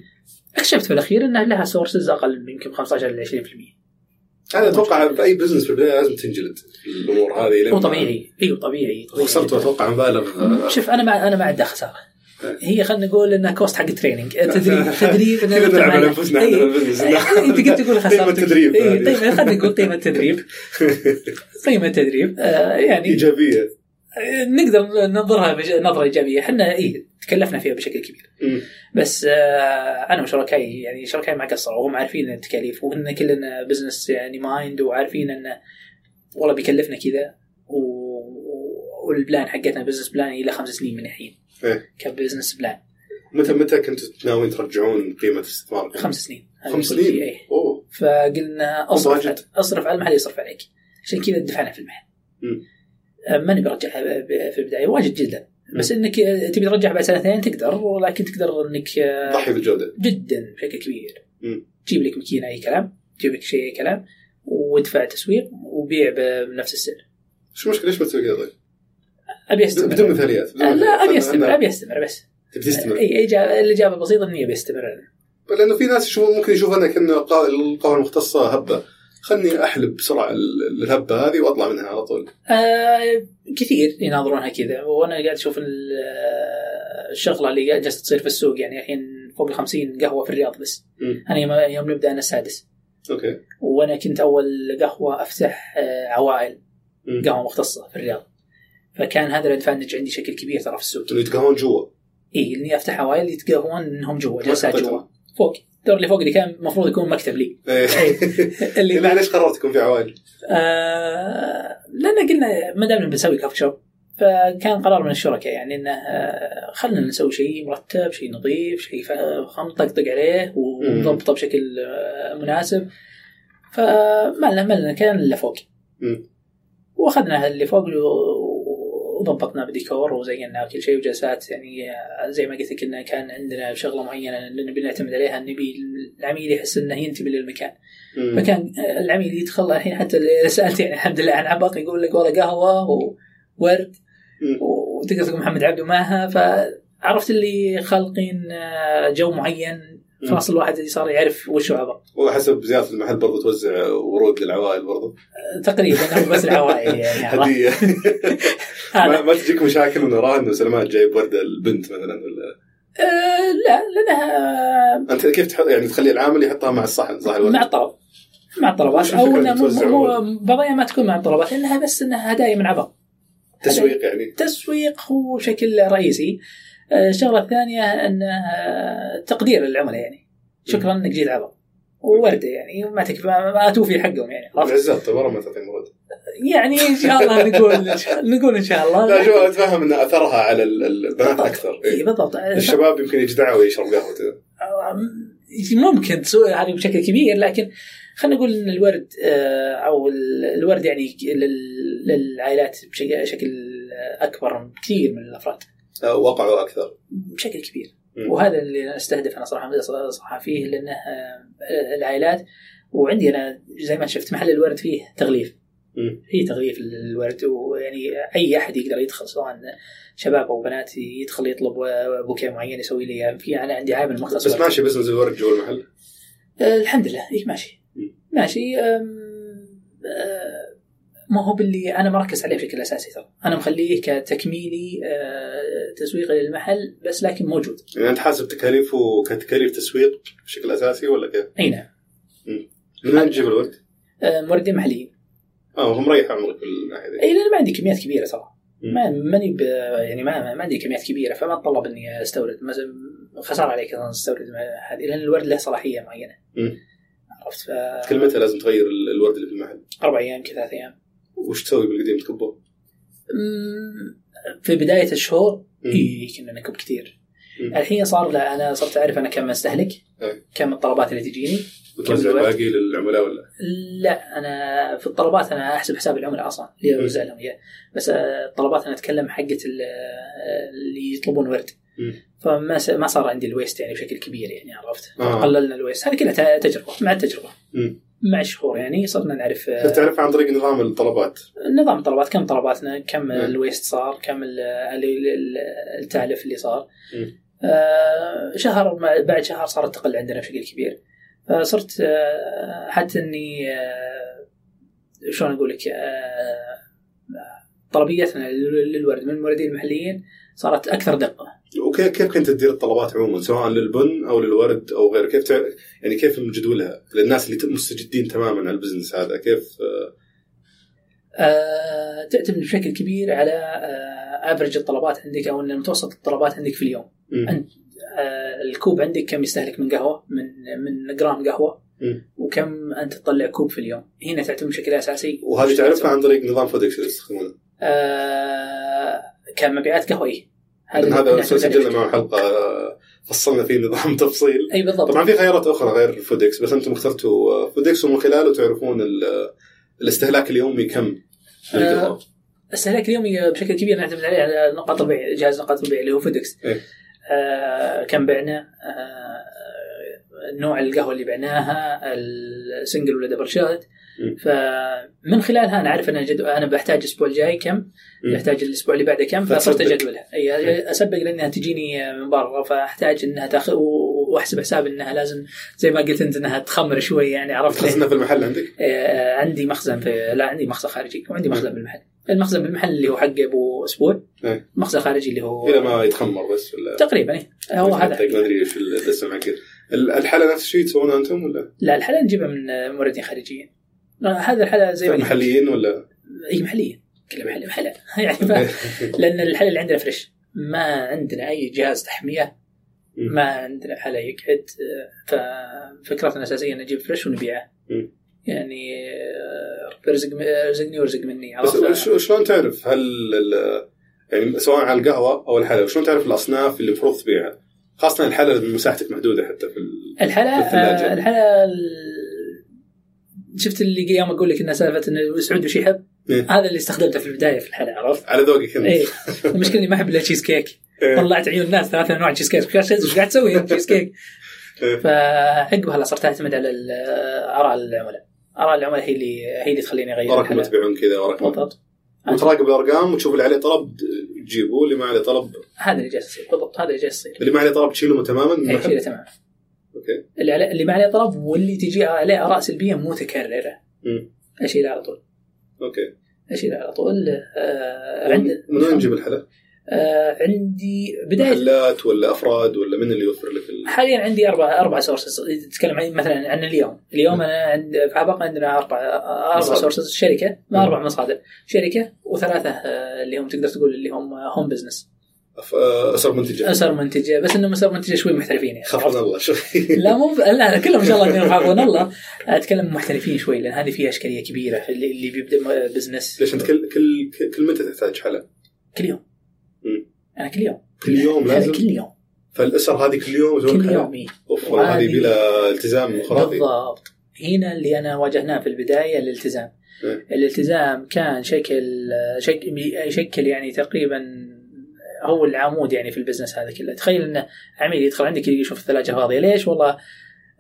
[SPEAKER 2] اكتشفت في الاخير انها لها سورسز اقل من يمكن 15 ل 20%
[SPEAKER 3] هذا اتوقع في اي بزنس في البدايه لازم تنجلد الامور هذه لما-
[SPEAKER 2] وطبيعي ايوه طبيعي طبيعي.
[SPEAKER 3] وصلت آه. اتوقع مبالغ آه،
[SPEAKER 2] شوف انا ما انا ما عندي خساره هي خلينا نقول انها كوست حق التريننج تدريب تدريب إن
[SPEAKER 3] كذا
[SPEAKER 2] أنت
[SPEAKER 3] نلعب على
[SPEAKER 2] معنا.
[SPEAKER 3] انفسنا
[SPEAKER 2] إيه.
[SPEAKER 3] احنا البزنس
[SPEAKER 2] إيه، انت قلت تقول خساره
[SPEAKER 3] قيمة تدريب
[SPEAKER 2] إيه،
[SPEAKER 3] طيب، هذه.
[SPEAKER 2] طيب خلينا نقول قيمه تدريب قيمه تدريب طيب آه، يعني
[SPEAKER 3] ايجابيه
[SPEAKER 2] نقدر ننظرها بش... نظره ايجابيه احنا اي إيه، تكلفنا فيها بشكل كبير
[SPEAKER 3] مم.
[SPEAKER 2] بس آه، انا وشركائي يعني شركائي ما قصروا وهم عارفين التكاليف وهن كلنا بزنس يعني مايند وعارفين انه والله بيكلفنا كذا و... و- والبلان حقتنا بزنس بلان الى خمس سنين من الحين
[SPEAKER 3] إيه.
[SPEAKER 2] كبزنس بلان
[SPEAKER 3] متى متى كنت ناويين ترجعون قيمه استثماركم؟
[SPEAKER 2] خمس سنين هذا
[SPEAKER 3] خمس
[SPEAKER 2] كل شيء،
[SPEAKER 3] سنين؟
[SPEAKER 2] إيه.
[SPEAKER 3] اوه
[SPEAKER 2] فقلنا اصرف
[SPEAKER 3] واجد.
[SPEAKER 2] اصرف على المحل يصرف عليك عشان كذا دفعنا في المحل
[SPEAKER 3] مم.
[SPEAKER 2] آه، ماني برجعها ب- ب- في البدايه واجد جدا بس انك آه، تبي ترجع بعد سنتين تقدر ولكن تقدر انك آه،
[SPEAKER 3] ضحي بالجوده
[SPEAKER 2] جدا بشكل كبير
[SPEAKER 3] مم.
[SPEAKER 2] جيب لك ماكينه اي كلام جيب لك شيء اي كلام وادفع تسويق وبيع ب- بنفس السعر
[SPEAKER 3] شو المشكله ليش ما تسوي كذا طيب؟
[SPEAKER 2] ابي
[SPEAKER 3] بدون
[SPEAKER 2] استمر
[SPEAKER 3] بدون مثاليات بدون
[SPEAKER 2] آه، لا إيه.
[SPEAKER 3] مثاليات.
[SPEAKER 2] ابي
[SPEAKER 3] أنا-
[SPEAKER 2] استمر
[SPEAKER 3] أنا-
[SPEAKER 2] ابي استمر بس
[SPEAKER 3] تبي تستمر
[SPEAKER 2] اي إي، إجا- الاجابه بسيطه اني ابي استمر أنا.
[SPEAKER 3] لانه في ناس يشوف ممكن يشوف انا كنا قا- القهوه المختصه هبه خلني احلب بسرعه ال- الهبه هذه واطلع منها على طول
[SPEAKER 2] آه كثير يناظرونها كذا وانا قاعد اشوف ال- آه، الشغله اللي قاعد جالسه تصير في السوق يعني الحين فوق ال 50 قهوه في الرياض بس
[SPEAKER 3] مم.
[SPEAKER 2] انا يوم, يوم نبدا انا السادس
[SPEAKER 3] اوكي
[SPEAKER 2] وانا كنت اول قهوه افتح آه، عوائل
[SPEAKER 3] مم.
[SPEAKER 2] قهوه مختصه في الرياض فكان هذا الادفانتج عندي شكل كبير ترى في السوق
[SPEAKER 3] انه يتقهون جوا
[SPEAKER 2] اي اني افتح عوائل يتقهون انهم جوا
[SPEAKER 3] ما
[SPEAKER 2] جلسات
[SPEAKER 3] حطيتهم.
[SPEAKER 2] جوا فوق الدور اللي فوق اللي كان المفروض يكون مكتب لي
[SPEAKER 3] إيه.
[SPEAKER 2] اللي
[SPEAKER 3] لا ليش قررت يكون في عوائل؟
[SPEAKER 2] آه، لان قلنا ما دامنا بنسوي كافي شوب فكان قرار من الشركاء يعني انه آه، خلنا نسوي شيء مرتب، شيء نظيف، شيء فخم طقطق عليه ونضبطه بشكل آه، مناسب. فما لنا ما لنا كان الا فوق.
[SPEAKER 3] مم.
[SPEAKER 2] واخذنا اللي فوق و- وضبطنا بديكور وزينا كل شيء وجلسات يعني آه، زي ما قلت لك انه كان عندنا شغله معينه نبي نعتمد عليها نبي العميل يحس انه ينتمي للمكان.
[SPEAKER 3] مم.
[SPEAKER 2] فكان آه، العميل يدخل الحين حتى اللي سالت يعني الحمد لله عن عباقي يقول لك والله قهوه وورد
[SPEAKER 3] مم.
[SPEAKER 2] وتقدر تقول محمد عبده معها فعرفت اللي خالقين آه، جو معين خلاص الواحد اللي صار يعرف وش هو عبق
[SPEAKER 3] وحسب زياره المحل برضو توزع ورود للعوائل برضو
[SPEAKER 2] آه، تقريبا هو بس العوائل يعني عرفت؟
[SPEAKER 3] هديه ما,
[SPEAKER 2] هذا.
[SPEAKER 3] ما تجيك مشاكل من وراها انه سلمان جايب ورده البنت مثلا ولا
[SPEAKER 2] آه، لا لانها
[SPEAKER 3] انت كيف تحط يعني تخلي العامل يحطها مع الصحن صح
[SPEAKER 2] مع
[SPEAKER 3] الورد؟
[SPEAKER 2] الطلب مع الطلبات
[SPEAKER 3] وش
[SPEAKER 2] او
[SPEAKER 3] الفكرة
[SPEAKER 2] انها مو-
[SPEAKER 3] توزع
[SPEAKER 2] مو- بضايع ما تكون مع الطلبات انها بس انها هدايا من عبق
[SPEAKER 3] تسويق يعني
[SPEAKER 2] التسويق هو شكل رئيسي آه، الشغله الثانيه ان آه، تقدير للعملاء يعني شكرا انك جيت عبر وورده يعني ما تكفى ما ما توفي حقهم يعني عرفت؟
[SPEAKER 3] عزاب طيب ورا ما تعطيهم ورود
[SPEAKER 2] يعني ان شاء الله نقول نقول ان شاء الله
[SPEAKER 3] لا شو اتفهم ان اثرها على ال- البنات اكثر
[SPEAKER 2] اي
[SPEAKER 3] إيه.
[SPEAKER 2] بالضبط آه،
[SPEAKER 3] الشباب يمكن يجدعوا ويشرب قهوته
[SPEAKER 2] ممكن تسوي هذه بشكل كبير لكن خلينا نقول ان الورد آه، او ال- الورد يعني لل- للعائلات بشكل- بشكل اكبر بكثير من الافراد
[SPEAKER 3] آه، وقعوا اكثر
[SPEAKER 2] بشكل كبير
[SPEAKER 3] مم.
[SPEAKER 2] وهذا اللي استهدف انا صراحه صراحه فيه لانه آه، العائلات وعندي انا زي ما شفت محل الورد فيه تغليف
[SPEAKER 3] مم.
[SPEAKER 2] فيه تغليف للورد ويعني اي احد يقدر يدخل سواء شباب او بنات يدخل يطلب بوكيه معين يسوي لي إياه. في انا عندي عامل مختص
[SPEAKER 3] بس
[SPEAKER 2] ورد.
[SPEAKER 3] ماشي بزنس الورد جوا المحل
[SPEAKER 2] آه، الحمد لله اي ماشي
[SPEAKER 3] مم.
[SPEAKER 2] ماشي أم، آه، ما هو باللي انا مركز عليه بشكل اساسي ترى انا مخليه كتكميلي آه، تسويقي للمحل بس لكن موجود
[SPEAKER 3] يعني انت حاسب تكاليفه كتكاليف تسويق بشكل اساسي ولا كيف؟
[SPEAKER 2] اي نعم
[SPEAKER 3] من وين تجيب الورد؟
[SPEAKER 2] آه، موردين محليين
[SPEAKER 3] اه هو مريح عمرك في الناحيه دي
[SPEAKER 2] اي لان إيه، ما عندي كميات كبيره ترى
[SPEAKER 3] مم.
[SPEAKER 2] ما ماني ب- يعني ما, ما عندي كميات كبيره فما اتطلب اني استورد مثلا خساره عليك انا استورد مع أحد، لان الورد له صلاحيه معينه
[SPEAKER 3] مم.
[SPEAKER 2] عرفت ف
[SPEAKER 3] كلمتها لازم تغير ال- الورد اللي في المحل
[SPEAKER 2] اربع ايام يمكن ثلاث ايام
[SPEAKER 3] وش تسوي بالقديم تكبه؟
[SPEAKER 2] مم، في بدايه الشهور
[SPEAKER 3] مم.
[SPEAKER 2] اي كنا نكب كثير
[SPEAKER 3] مم.
[SPEAKER 2] الحين صار لا انا صرت اعرف انا كم استهلك
[SPEAKER 3] إيه.
[SPEAKER 2] كم الطلبات اللي تجيني
[SPEAKER 3] وتوزع
[SPEAKER 2] كم الورد؟
[SPEAKER 3] الباقي للعملاء ولا؟
[SPEAKER 2] لا انا في الطلبات انا احسب حساب العملاء اصلا اللي
[SPEAKER 3] مم.
[SPEAKER 2] اوزع لهم اياه بس آه، الطلبات انا اتكلم حقه ال- آه، اللي يطلبون ورد
[SPEAKER 3] مم.
[SPEAKER 2] فما س- ما صار عندي الويست يعني بشكل كبير يعني عرفت
[SPEAKER 3] آه.
[SPEAKER 2] قللنا الويست هذه كلها ت- تجربه مع التجربه
[SPEAKER 3] مم.
[SPEAKER 2] مع الشهور يعني صرنا نعرف آه،
[SPEAKER 3] تعرف عن طريق نظام الطلبات
[SPEAKER 2] نظام الطلبات كم طلباتنا كم
[SPEAKER 3] مم.
[SPEAKER 2] الويست صار كم ال- ال- ال- التعلف اللي صار
[SPEAKER 3] مم.
[SPEAKER 2] آه، شهر مع- بعد شهر صارت تقل عندنا بشكل كبير فصرت آه، حتى اني آه، شلون اقول لك آه، طلبيتنا لل- للورد من الموردين المحليين صارت اكثر دقه
[SPEAKER 3] وكيف كيف كنت تدير الطلبات عموما سواء للبن او للورد او غيره كيف تع... يعني كيف مجدولها للناس اللي ت- مستجدين تماما على البزنس هذا كيف
[SPEAKER 2] آه، تعتمد بشكل كبير على آه، افرج الطلبات عندك او ان متوسط الطلبات عندك في اليوم
[SPEAKER 3] مم.
[SPEAKER 2] أنت- آه، الكوب عندك كم يستهلك من قهوه من من جرام قهوه
[SPEAKER 3] مم.
[SPEAKER 2] وكم انت تطلع كوب في اليوم هنا تعتمد بشكل اساسي
[SPEAKER 3] وهذه تعرفها عن طريق نظام فودكس اللي يستخدمونه
[SPEAKER 2] آه، كان مبيعات قهويه
[SPEAKER 3] لأن هذا
[SPEAKER 2] نحن
[SPEAKER 3] سجلنا
[SPEAKER 2] نعتمد
[SPEAKER 3] معه حلقه آه، فصلنا فيه نظام تفصيل
[SPEAKER 2] عليه. اي بالضبط
[SPEAKER 3] طبعا في خيارات اخرى غير فودكس بس انتم اخترتوا آه، فودكس ومن خلاله تعرفون ال- الاستهلاك اليومي كم
[SPEAKER 2] أه،
[SPEAKER 3] للقهوة.
[SPEAKER 2] استهلاك اليومي بشكل كبير نعتمد عليه على نقاط البيع جهاز نقاط البيع اللي هو فيدكس
[SPEAKER 3] إيه.
[SPEAKER 2] آه كم بعنا آه نوع القهوه اللي بعناها السنجل ولا دبل شوت
[SPEAKER 3] مم.
[SPEAKER 2] فمن خلالها انا اعرف انا جدول انا بحتاج الاسبوع الجاي كم
[SPEAKER 3] مم.
[SPEAKER 2] بحتاج الاسبوع اللي بعده كم فصرت
[SPEAKER 3] فتسبق.
[SPEAKER 2] اجدولها
[SPEAKER 3] إيه.
[SPEAKER 2] اي اسبق لانها تجيني من برا فاحتاج انها تاخذ واحسب حساب انها لازم زي ما قلت انت انها تخمر شوي يعني عرفت ليه؟
[SPEAKER 3] تخزنها في المحل عندك؟
[SPEAKER 2] آه، عندي مخزن في لا عندي مخزن خارجي وعندي مخزن بالمحل المخزن بالمحل اللي هو حقه ابو اسبوع
[SPEAKER 3] إيه.
[SPEAKER 2] المخزن الخارجي اللي هو
[SPEAKER 3] الى ما طيب. يتخمر بس ولا
[SPEAKER 2] تقريبا إيه. هو هذا
[SPEAKER 3] ما ادري ايش الاسم حقه ال- الحاله نفس الشيء تسوونها انتم ولا
[SPEAKER 2] لا الحلا نجيبها من موردين خارجيين آه، هذا الحلا زي ما قلت.
[SPEAKER 3] محليين ولا
[SPEAKER 2] اي محليه إيه، كلها محل محل يعني ما لان الحلا اللي عندنا فريش ما عندنا اي جهاز تحميه ما عندنا حلا يقعد آه، ففكرتنا الاساسيه ان نجيب فريش ونبيعه
[SPEAKER 3] مم.
[SPEAKER 2] يعني آه، رب يرزق يرزقني ويرزق مني
[SPEAKER 3] بس
[SPEAKER 2] عرفت؟
[SPEAKER 3] وش- شلون تعرف هل ال- يعني سواء على القهوه او الحلا شلون تعرف الاصناف اللي المفروض تبيعها؟ خاصه الحلا من مساحتك محدوده حتى في ال... في الثلاجة.
[SPEAKER 2] الحلا آه، الحلا ال- شفت اللي يوم اقول لك انها سالفه انه سعود وش يحب
[SPEAKER 3] إيه.
[SPEAKER 2] هذا اللي استخدمته في البدايه في الحلا عرفت؟
[SPEAKER 3] على ذوقك انت
[SPEAKER 2] اي المشكله اني ما احب الا تشيز كيك
[SPEAKER 3] إيه.
[SPEAKER 2] طلعت عيون الناس ثلاث انواع تشيز كيك وش قاعد تسوي تشيز كيك
[SPEAKER 3] إيه.
[SPEAKER 2] فعقبها لا صرت اعتمد على ال- اراء العملاء اراء العملاء هي اللي هي اللي تخليني اغير
[SPEAKER 3] وراكم
[SPEAKER 2] الحلا
[SPEAKER 3] تبيعون كذا وراكم
[SPEAKER 2] بالضبط
[SPEAKER 3] وتراقب الارقام وتشوف اللي عليه طلب تجيبه اللي ما عليه طلب
[SPEAKER 2] هذا اللي جالس يصير بالضبط هذا اللي جالس يصير
[SPEAKER 3] اللي ما عليه طلب تشيله تماما من
[SPEAKER 2] إيه،
[SPEAKER 3] المحل
[SPEAKER 2] شيله تمام
[SPEAKER 3] اوكي
[SPEAKER 2] اللي عليه اللي ما عليه طلب واللي تجي عليه اراء سلبيه متكرره
[SPEAKER 3] مم.
[SPEAKER 2] اشيله على طول
[SPEAKER 3] اوكي
[SPEAKER 2] اشيله على طول آه عند
[SPEAKER 3] يعني من وين نجيب الحلا؟
[SPEAKER 2] آه عندي بدايه
[SPEAKER 3] محلات ولا افراد ولا من اللي يوفر لك ال...
[SPEAKER 2] حاليا عندي اربع اربع سورسز تتكلم عن مثلا عن اليوم، اليوم انا عند في عبق عندنا اربع اربع
[SPEAKER 3] مصادر.
[SPEAKER 2] سورسز شركه
[SPEAKER 3] مم.
[SPEAKER 2] ما اربع مصادر، شركه وثلاثه آه، اللي هم تقدر تقول اللي هم هوم بزنس،
[SPEAKER 3] أف- آه، اسر منتجات
[SPEAKER 2] مسار منتجه بس انه مسار منتجه شوي محترفين يعني
[SPEAKER 3] خفض الله شوي
[SPEAKER 2] لا مو ب- لا كلهم ان شاء الله كلهم حافظون الله اتكلم محترفين شوي لان هذه فيها اشكاليه كبيره اللي اللي بيبدا بزنس
[SPEAKER 3] ليش انت كل كل كل متى تحتاج حلا؟
[SPEAKER 2] كل يوم
[SPEAKER 3] مم.
[SPEAKER 2] انا كل يوم
[SPEAKER 3] كل يوم
[SPEAKER 2] هذا
[SPEAKER 3] لازم
[SPEAKER 2] كل يوم
[SPEAKER 3] فالاسر هذه كل يوم يسوون
[SPEAKER 2] كل
[SPEAKER 3] حلا.
[SPEAKER 2] يوم إيه.
[SPEAKER 3] اوف والله هذه
[SPEAKER 2] هذه-
[SPEAKER 3] بلا التزام خرافي
[SPEAKER 2] بالضبط هنا اللي انا واجهناه في البدايه الالتزام
[SPEAKER 3] إيه.
[SPEAKER 2] الالتزام كان شكل شك- يشكل يعني تقريبا هو العمود يعني في البزنس هذا كله تخيل انه عميل يدخل عندك يشوف الثلاجه فاضيه ليش والله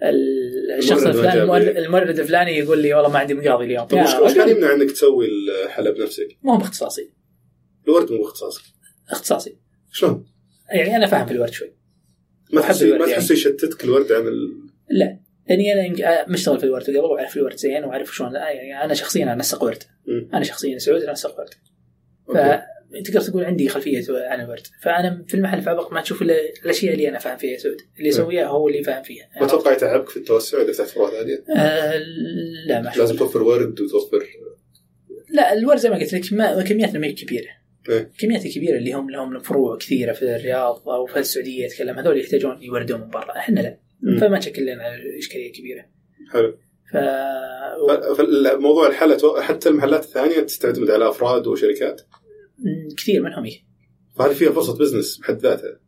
[SPEAKER 2] ال- الشخص
[SPEAKER 3] المورد ما
[SPEAKER 2] الفلاني
[SPEAKER 3] جاب
[SPEAKER 2] المورد-
[SPEAKER 3] لي.
[SPEAKER 2] المورد الفلاني يقول لي والله ما عندي مقاضي اليوم
[SPEAKER 3] طيب
[SPEAKER 2] يا
[SPEAKER 3] وش وش كان
[SPEAKER 2] رجل،
[SPEAKER 3] يمنع انك تسوي الحلا بنفسك؟
[SPEAKER 2] مو باختصاصي
[SPEAKER 3] الورد مو باختصاصك
[SPEAKER 2] اختصاصي
[SPEAKER 3] شلون؟
[SPEAKER 2] يعني انا فاهم في الورد شوي
[SPEAKER 3] ما
[SPEAKER 2] أحب
[SPEAKER 3] تحس ما
[SPEAKER 2] الورد يعني.
[SPEAKER 3] تحس يشتتك الورد عن ال...
[SPEAKER 2] لاني انا يعني يمكن- آه، مشتغل في الورد قبل واعرف الورد زين واعرف شلون يعني انا شخصيا انسق ورد
[SPEAKER 3] مم.
[SPEAKER 2] انا شخصيا سعود انسق ورد
[SPEAKER 3] أوكي.
[SPEAKER 2] فتقدر تقول عندي خلفيه عن الورد فانا في المحل في عبق ما تشوف الا الاشياء اللي انا فاهم فيها يا سعود اللي يسويها هو اللي فاهم فيها
[SPEAKER 3] ما اتوقع يتعبك في التوسع اذا فتحت فروع ثانيه
[SPEAKER 2] آه لا ما أشوف.
[SPEAKER 3] لازم توفر ورد وتوفر
[SPEAKER 2] لا الورد زي ما قلت لك ما كمياتنا ما هي كبيره
[SPEAKER 3] إيه.
[SPEAKER 2] كمياتها كبيره اللي هم لهم فروع كثيره في الرياض او في السعوديه اتكلم هذول يحتاجون يوردون من برا احنا لا
[SPEAKER 3] مم.
[SPEAKER 2] فما تشكل لنا اشكاليه كبيره
[SPEAKER 3] حلو
[SPEAKER 2] ف
[SPEAKER 3] فموضوع الحلا تو- حتى المحلات الثانيه تعتمد على افراد وشركات
[SPEAKER 2] مم، كثير منهم إيه.
[SPEAKER 3] فهذه فيها فرصه بزنس بحد ذاتها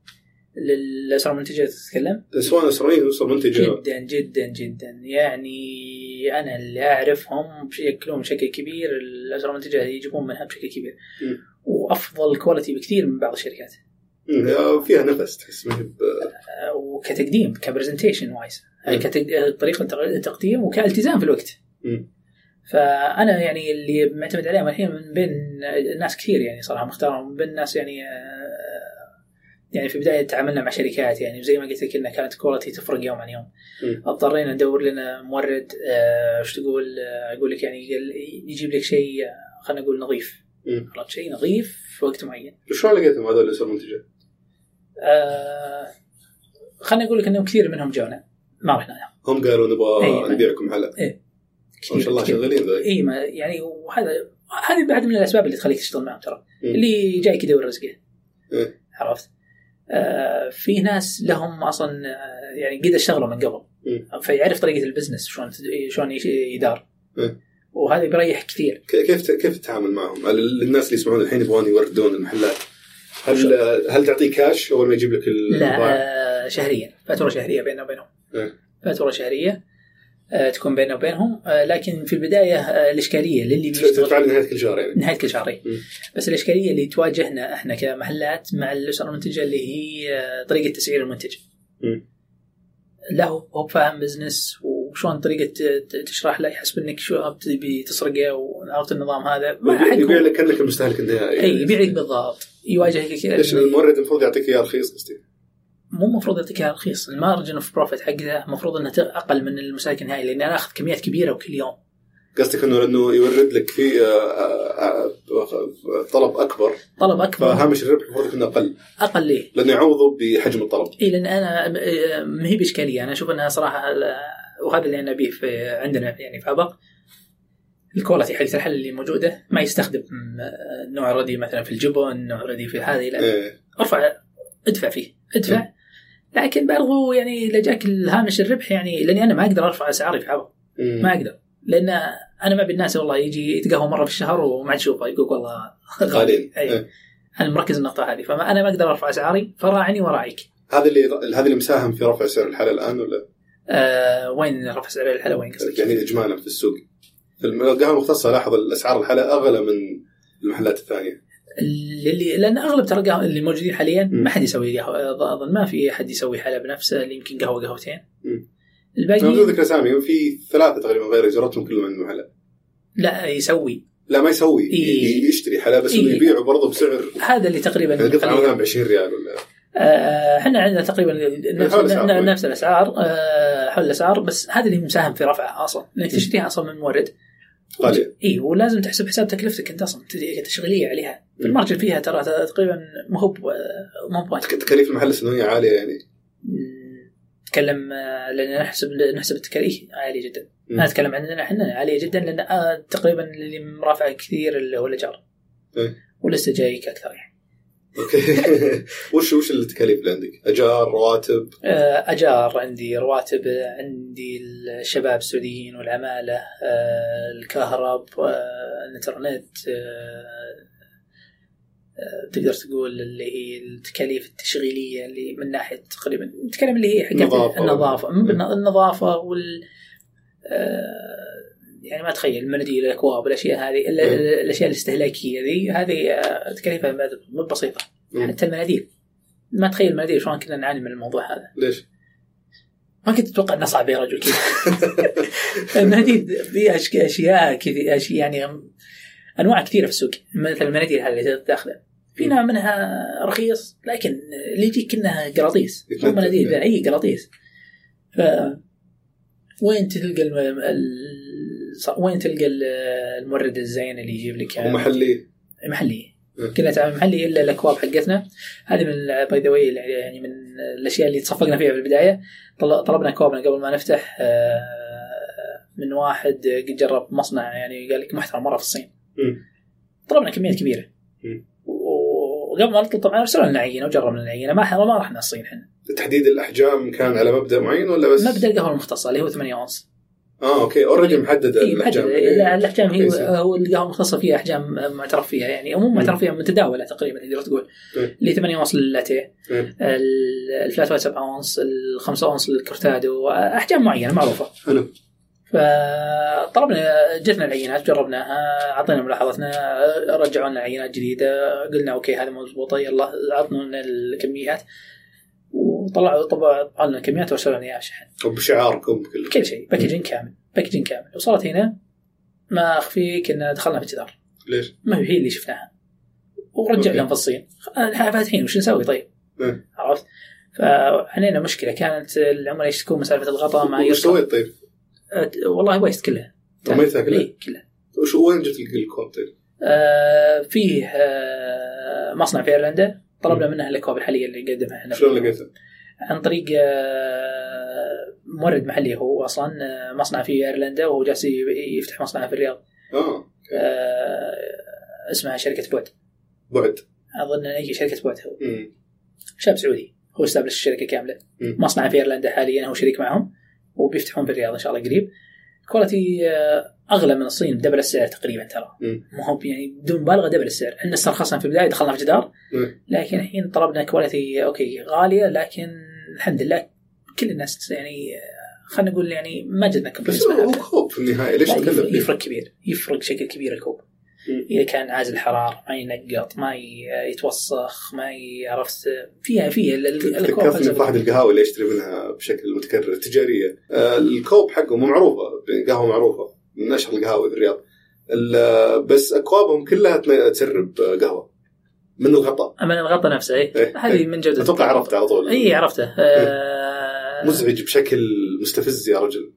[SPEAKER 2] للاسر المنتجه تتكلم
[SPEAKER 3] سواء اسرائيل او اسر منتجه
[SPEAKER 2] جدا جدا جدا يعني انا اللي اعرفهم ياكلون بشكل كبير الاسر المنتجه يجيبون منها بشكل كبير
[SPEAKER 3] مم.
[SPEAKER 2] وافضل كواليتي بكثير من بعض الشركات
[SPEAKER 3] مم، آه، فيها نفس تحس ما هي ب-
[SPEAKER 2] أه، وكتقديم كبرزنتيشن وايز
[SPEAKER 3] مم.
[SPEAKER 2] كطريقه تق- تقديم وكالتزام في الوقت
[SPEAKER 3] مم.
[SPEAKER 2] فانا يعني اللي معتمد عليهم الحين من بين ناس كثير يعني صراحه مختارهم من بين ناس يعني أه، يعني في بدايه تعاملنا مع شركات يعني زي ما قلت لك انها كانت كواليتي تفرق يوم عن يوم
[SPEAKER 3] مم.
[SPEAKER 2] اضطرينا ندور لنا مورد آه، وش تقول آه، اقول لك يعني يقل- يجيب لك شيء آه، خلينا نقول نظيف
[SPEAKER 3] مم.
[SPEAKER 2] عرفت شيء نظيف في وقت معين
[SPEAKER 3] شلون لقيتهم هذول اسر منتجه؟
[SPEAKER 2] آه، خلينا اقول لك انه كثير منهم جونا ما رحنا لهم
[SPEAKER 3] هم قالوا نبغى
[SPEAKER 2] أيوة.
[SPEAKER 3] نبيعكم حلا
[SPEAKER 2] إيه.
[SPEAKER 3] ما شاء الله
[SPEAKER 2] كثير.
[SPEAKER 3] شغالين ذا
[SPEAKER 2] اي ما يعني وهذا هذه بعد من الاسباب اللي تخليك تشتغل معهم ترى
[SPEAKER 3] مم.
[SPEAKER 2] اللي جايك يدور رزقه
[SPEAKER 3] إيه.
[SPEAKER 2] عرفت آه في ناس لهم اصلا آه، يعني قد اشتغلوا من قبل
[SPEAKER 3] مم.
[SPEAKER 2] فيعرف طريقه البزنس شلون تد- شلون يش- يدار
[SPEAKER 3] إيه.
[SPEAKER 2] وهذا بيريح كثير
[SPEAKER 3] ك- كيف ت- كيف تتعامل معهم؟ هل الناس اللي يسمعون الحين يبغون يوردون المحلات هل هل تعطيه كاش اول ما يجيب لك
[SPEAKER 2] لا
[SPEAKER 3] البضاعه؟
[SPEAKER 2] آه، شهريا فاتوره شهريه بيننا وبينهم
[SPEAKER 3] إيه.
[SPEAKER 2] فاتوره شهريه آه، تكون بيننا وبينهم آه، لكن في البدايه آه، الاشكاليه للي
[SPEAKER 3] تدفع-
[SPEAKER 2] بيشتغل
[SPEAKER 3] تدفع لي نهايه كل شهر يعني
[SPEAKER 2] نهايه كل شهر إي.
[SPEAKER 3] مم.
[SPEAKER 2] بس الاشكاليه اللي تواجهنا احنا كمحلات مع الاسره المنتجه اللي هي آه، طريقه تسعير المنتج.
[SPEAKER 3] مم.
[SPEAKER 2] لا هو هو فاهم بزنس وشلون طريقه ت- ت- تشرح له يحسب انك شو تبي تسرقه وعرفت النظام هذا ما
[SPEAKER 3] يبيع-
[SPEAKER 2] حقه.
[SPEAKER 3] يبيع لك كانك المستهلك النهائي
[SPEAKER 2] اي يبيع لك بالضبط يواجهك كذا.
[SPEAKER 3] يعني ليش المورد المفروض يعطيك اياه رخيص قصدي
[SPEAKER 2] مو المفروض يعطيك إياها رخيص المارجن اوف بروفيت حقه المفروض انه ت- اقل من المستهلك النهائي لان انا اخذ كميات كبيره وكل يوم
[SPEAKER 3] قصدك انه لانه يورد لك في آه، آه، آه، طلب اكبر
[SPEAKER 2] طلب اكبر
[SPEAKER 3] فهامش الربح المفروض يكون اقل
[SPEAKER 2] اقل ليه؟
[SPEAKER 3] لانه يعوضه بحجم الطلب
[SPEAKER 2] اي لان انا م- آه، ما هي باشكاليه انا اشوف انها صراحه ال- وهذا اللي انا بيه في عندنا يعني في ابق الكواليتي حقت الحل اللي موجوده ما يستخدم م- نوع ردي مثلا في الجبن نوع ردي في هذه لا
[SPEAKER 3] إيه.
[SPEAKER 2] ارفع ادفع فيه ادفع لكن برضو يعني اذا جاك الهامش الربح يعني لاني انا ما اقدر ارفع اسعاري في ابق
[SPEAKER 3] مم.
[SPEAKER 2] ما اقدر لان انا ما بالناس والله يجي يتقهوى مره في الشهر وما عاد يشوفه يقول والله
[SPEAKER 3] غاليين
[SPEAKER 2] أي.
[SPEAKER 3] إيه.
[SPEAKER 2] انا مركز النقطه هذه فما انا ما اقدر ارفع اسعاري فراعني وراعيك
[SPEAKER 3] هذا اللي هذا اللي مساهم في رفع سعر الحاله الان ولا
[SPEAKER 2] آه وين رفع سعر الحلا وين قصدك؟
[SPEAKER 3] يعني اجمالا في السوق القهوه المختصه لاحظ الاسعار الحاله اغلى من المحلات الثانيه
[SPEAKER 2] اللي لان اغلب ترى القهوة اللي موجودين حاليا
[SPEAKER 3] مم.
[SPEAKER 2] ما حد يسوي قهوه اظن ما في احد يسوي حلا بنفسه اللي يمكن قهوه قهوتين
[SPEAKER 3] مم. انا بدون
[SPEAKER 2] الباقي
[SPEAKER 3] ذكر اسامي في ثلاثه تقريبا غير جربتهم كلهم عندهم حلا
[SPEAKER 2] لا يسوي
[SPEAKER 3] لا ما يسوي
[SPEAKER 2] إيه.
[SPEAKER 3] ي- يشتري حلا بس
[SPEAKER 2] إيه.
[SPEAKER 3] انه يبيعه برضه بسعر
[SPEAKER 2] هذا اللي تقريبا
[SPEAKER 3] يعني القطعه
[SPEAKER 2] حالياً.
[SPEAKER 3] مثلا ب 20 ريال ولا
[SPEAKER 2] آه، احنا عندنا تقريبا نفس
[SPEAKER 3] حول الأسعار.
[SPEAKER 2] ن- نفس الاسعار آه، حول الاسعار بس هذا اللي مساهم في رفعه اصلا لانك تشتريها اصلا من مورد
[SPEAKER 3] غاليه
[SPEAKER 2] اي ولازم تحسب حساب تكلفتك انت اصلا ت- تشغيليه عليها المارجن فيها ترى تقريبا ما هو ب- ما هو بواجد.
[SPEAKER 3] تك- تكاليف المحل السنويه عاليه يعني
[SPEAKER 2] نتكلم آه، لان نحسب نحسب التكاليف عاليه جدا
[SPEAKER 3] مم.
[SPEAKER 2] انا اتكلم عندنا احنا عاليه جدا لان آه، تقريبا اللي مرافع كثير اللي هو الايجار
[SPEAKER 3] إيه.
[SPEAKER 2] ولسه جايك اكثر يعني
[SPEAKER 3] اوكي وش وش التكاليف اللي عندك؟ اجار رواتب
[SPEAKER 2] آه، اجار عندي رواتب آه، عندي الشباب السعوديين والعماله آه، الكهرب آه، الانترنت آه، آه، تقدر تقول اللي هي التكاليف التشغيليه اللي من ناحيه تقريبا نتكلم اللي هي حقت
[SPEAKER 3] نظافة.
[SPEAKER 2] النظافه مو بالن- النظافه وال آه، يعني ما تخيل المناديل الاكواب الاشياء هذه ال- ال- الاشياء الاستهلاكيه ذي هذه آه، تكاليفها ما- مو بسيطه
[SPEAKER 3] مم.
[SPEAKER 2] حتى المناديل ما تخيل المناديل شلون كنا نعاني من الموضوع هذا
[SPEAKER 3] ليش؟
[SPEAKER 2] ما كنت اتوقع انه صعب يا رجل كذا المناديل فيها أش- اشياء كذا اشياء يعني انواع كثيره في السوق مثل المناديل هذه اللي تاخذها في نوع منها رخيص لكن اللي يجيك انها قراطيس مو
[SPEAKER 3] يتنتن.
[SPEAKER 2] مناديل لا، اي قراطيس ف وين تلقى الم... ال... ص- وين تلقى ال- المورد الزين اللي يجيب لك
[SPEAKER 3] ومحلي
[SPEAKER 2] محلي
[SPEAKER 3] مم.
[SPEAKER 2] كلها تعمل محلي الا الاكواب حقتنا هذه من باي ذا واي يعني من الاشياء اللي تصفقنا فيها في البدايه طل- طلبنا اكوابنا قبل ما نفتح آه، من واحد قد جرب مصنع يعني قال لك محترم مره في الصين
[SPEAKER 3] مم.
[SPEAKER 2] طلبنا كميات كبيره
[SPEAKER 3] مم.
[SPEAKER 2] و- وقبل ما نطلب طبعا ارسلوا لنا عينه وجربنا العينه ما ما رحنا الصين احنا
[SPEAKER 3] تحديد الاحجام كان على مبدا معين ولا بس؟
[SPEAKER 2] مبدا القهوه المختصه اللي هو 8 اونص
[SPEAKER 3] اه اوكي اوريدي محدد
[SPEAKER 2] اي إيه، محدد إيه،
[SPEAKER 3] الاحجام
[SPEAKER 2] لا، الاحجام هي
[SPEAKER 3] كويس.
[SPEAKER 2] هو القهوه المختصه فيها احجام معترف فيها يعني او مو معترف فيها متداوله تقريبا تقدر تقول
[SPEAKER 3] إيه.
[SPEAKER 2] اللي 8 اونص للاتيه
[SPEAKER 3] إيه.
[SPEAKER 2] ال- الفلات وايت 7 اونص ال 5 اونص للكورتادو احجام معينه معروفه
[SPEAKER 3] حلو
[SPEAKER 2] فطلبنا جتنا العينات جربناها اعطينا ملاحظتنا رجعوا لنا عينات جديده قلنا اوكي هذا مضبوطه يلا عطنا لنا الكميات وطلعوا طبعوا لنا الكميات وارسلوا لنا اياها شحن
[SPEAKER 3] وبشعاركم بكل
[SPEAKER 2] كل شيء باكجين كامل باكجين كامل وصلت هنا ما اخفيك ان دخلنا في جدار
[SPEAKER 3] ليش؟
[SPEAKER 2] ما هي هي اللي شفناها ورجع
[SPEAKER 3] أوكي.
[SPEAKER 2] لهم في الصين احنا فاتحين وش نسوي طيب؟
[SPEAKER 3] مم.
[SPEAKER 2] عرفت؟ فعلينا مشكله كانت العملاء يشتكون من سالفه الغطاء ما
[SPEAKER 3] وش
[SPEAKER 2] يرسل
[SPEAKER 3] سويت طيب؟
[SPEAKER 2] أت- والله ويست كلها
[SPEAKER 3] رميتها كلها؟
[SPEAKER 2] إيه، كلها
[SPEAKER 3] وش وين جبت لك الكود طيب؟
[SPEAKER 2] آه فيه آه مصنع في ايرلندا طلبنا منها الاكواب الحاليه اللي نقدمها احنا
[SPEAKER 3] شلون لقيته؟
[SPEAKER 2] عن طريق آه، أه، مورد محلي هو اصلا آه، مصنع في ايرلندا وهو جالس ي- يفتح مصنع في الرياض
[SPEAKER 3] اه
[SPEAKER 2] آه، اسمها شركه بعد
[SPEAKER 3] بعد
[SPEAKER 2] اظن إن هي شركه بعد هو
[SPEAKER 3] مم.
[SPEAKER 2] شاب سعودي هو استبلش الشركه كامله
[SPEAKER 3] مم.
[SPEAKER 2] مصنع في ايرلندا حاليا هو شريك معهم وبيفتحون في الرياض ان شاء الله قريب كواليتي آه، اغلى من الصين بدبل السعر تقريبا ترى
[SPEAKER 3] مم.
[SPEAKER 2] مو هو يعني بدون مبالغه دبل السعر احنا استرخصنا في البدايه دخلنا في جدار
[SPEAKER 3] مم.
[SPEAKER 2] لكن الحين طلبنا كواليتي اوكي غاليه لكن الحمد لله كل الناس يعني آه، خلينا نقول يعني ما جدنا
[SPEAKER 3] بس
[SPEAKER 2] كومبلينز
[SPEAKER 3] هو هو كوب في النهايه ليش
[SPEAKER 2] لا، يفرق,
[SPEAKER 3] تكلم
[SPEAKER 2] يفرق كبير يفرق شكل كبير الكوب
[SPEAKER 3] مم.
[SPEAKER 2] اذا كان عازل حراره ما ينقط ما ي- يتوسخ ما ي- عرفت فيها فيها ال- ال- الكوب
[SPEAKER 3] تذكرت
[SPEAKER 2] فلسفة.
[SPEAKER 3] من واحد القهاوي اللي اشتري منها بشكل متكرر تجاريه آه، الكوب حقه مو معروفه قهوه معروفه من اشهر القهاوي في الرياض ال- بس اكوابهم كلها تن- تسرب آه، قهوه من الغطاء
[SPEAKER 2] اما الغطاء نفسه اي
[SPEAKER 3] إيه.
[SPEAKER 2] هذه من جوده
[SPEAKER 3] اتوقع عرفت على طول
[SPEAKER 2] اي عرفته آه،
[SPEAKER 3] مزعج بشكل مستفز يا رجل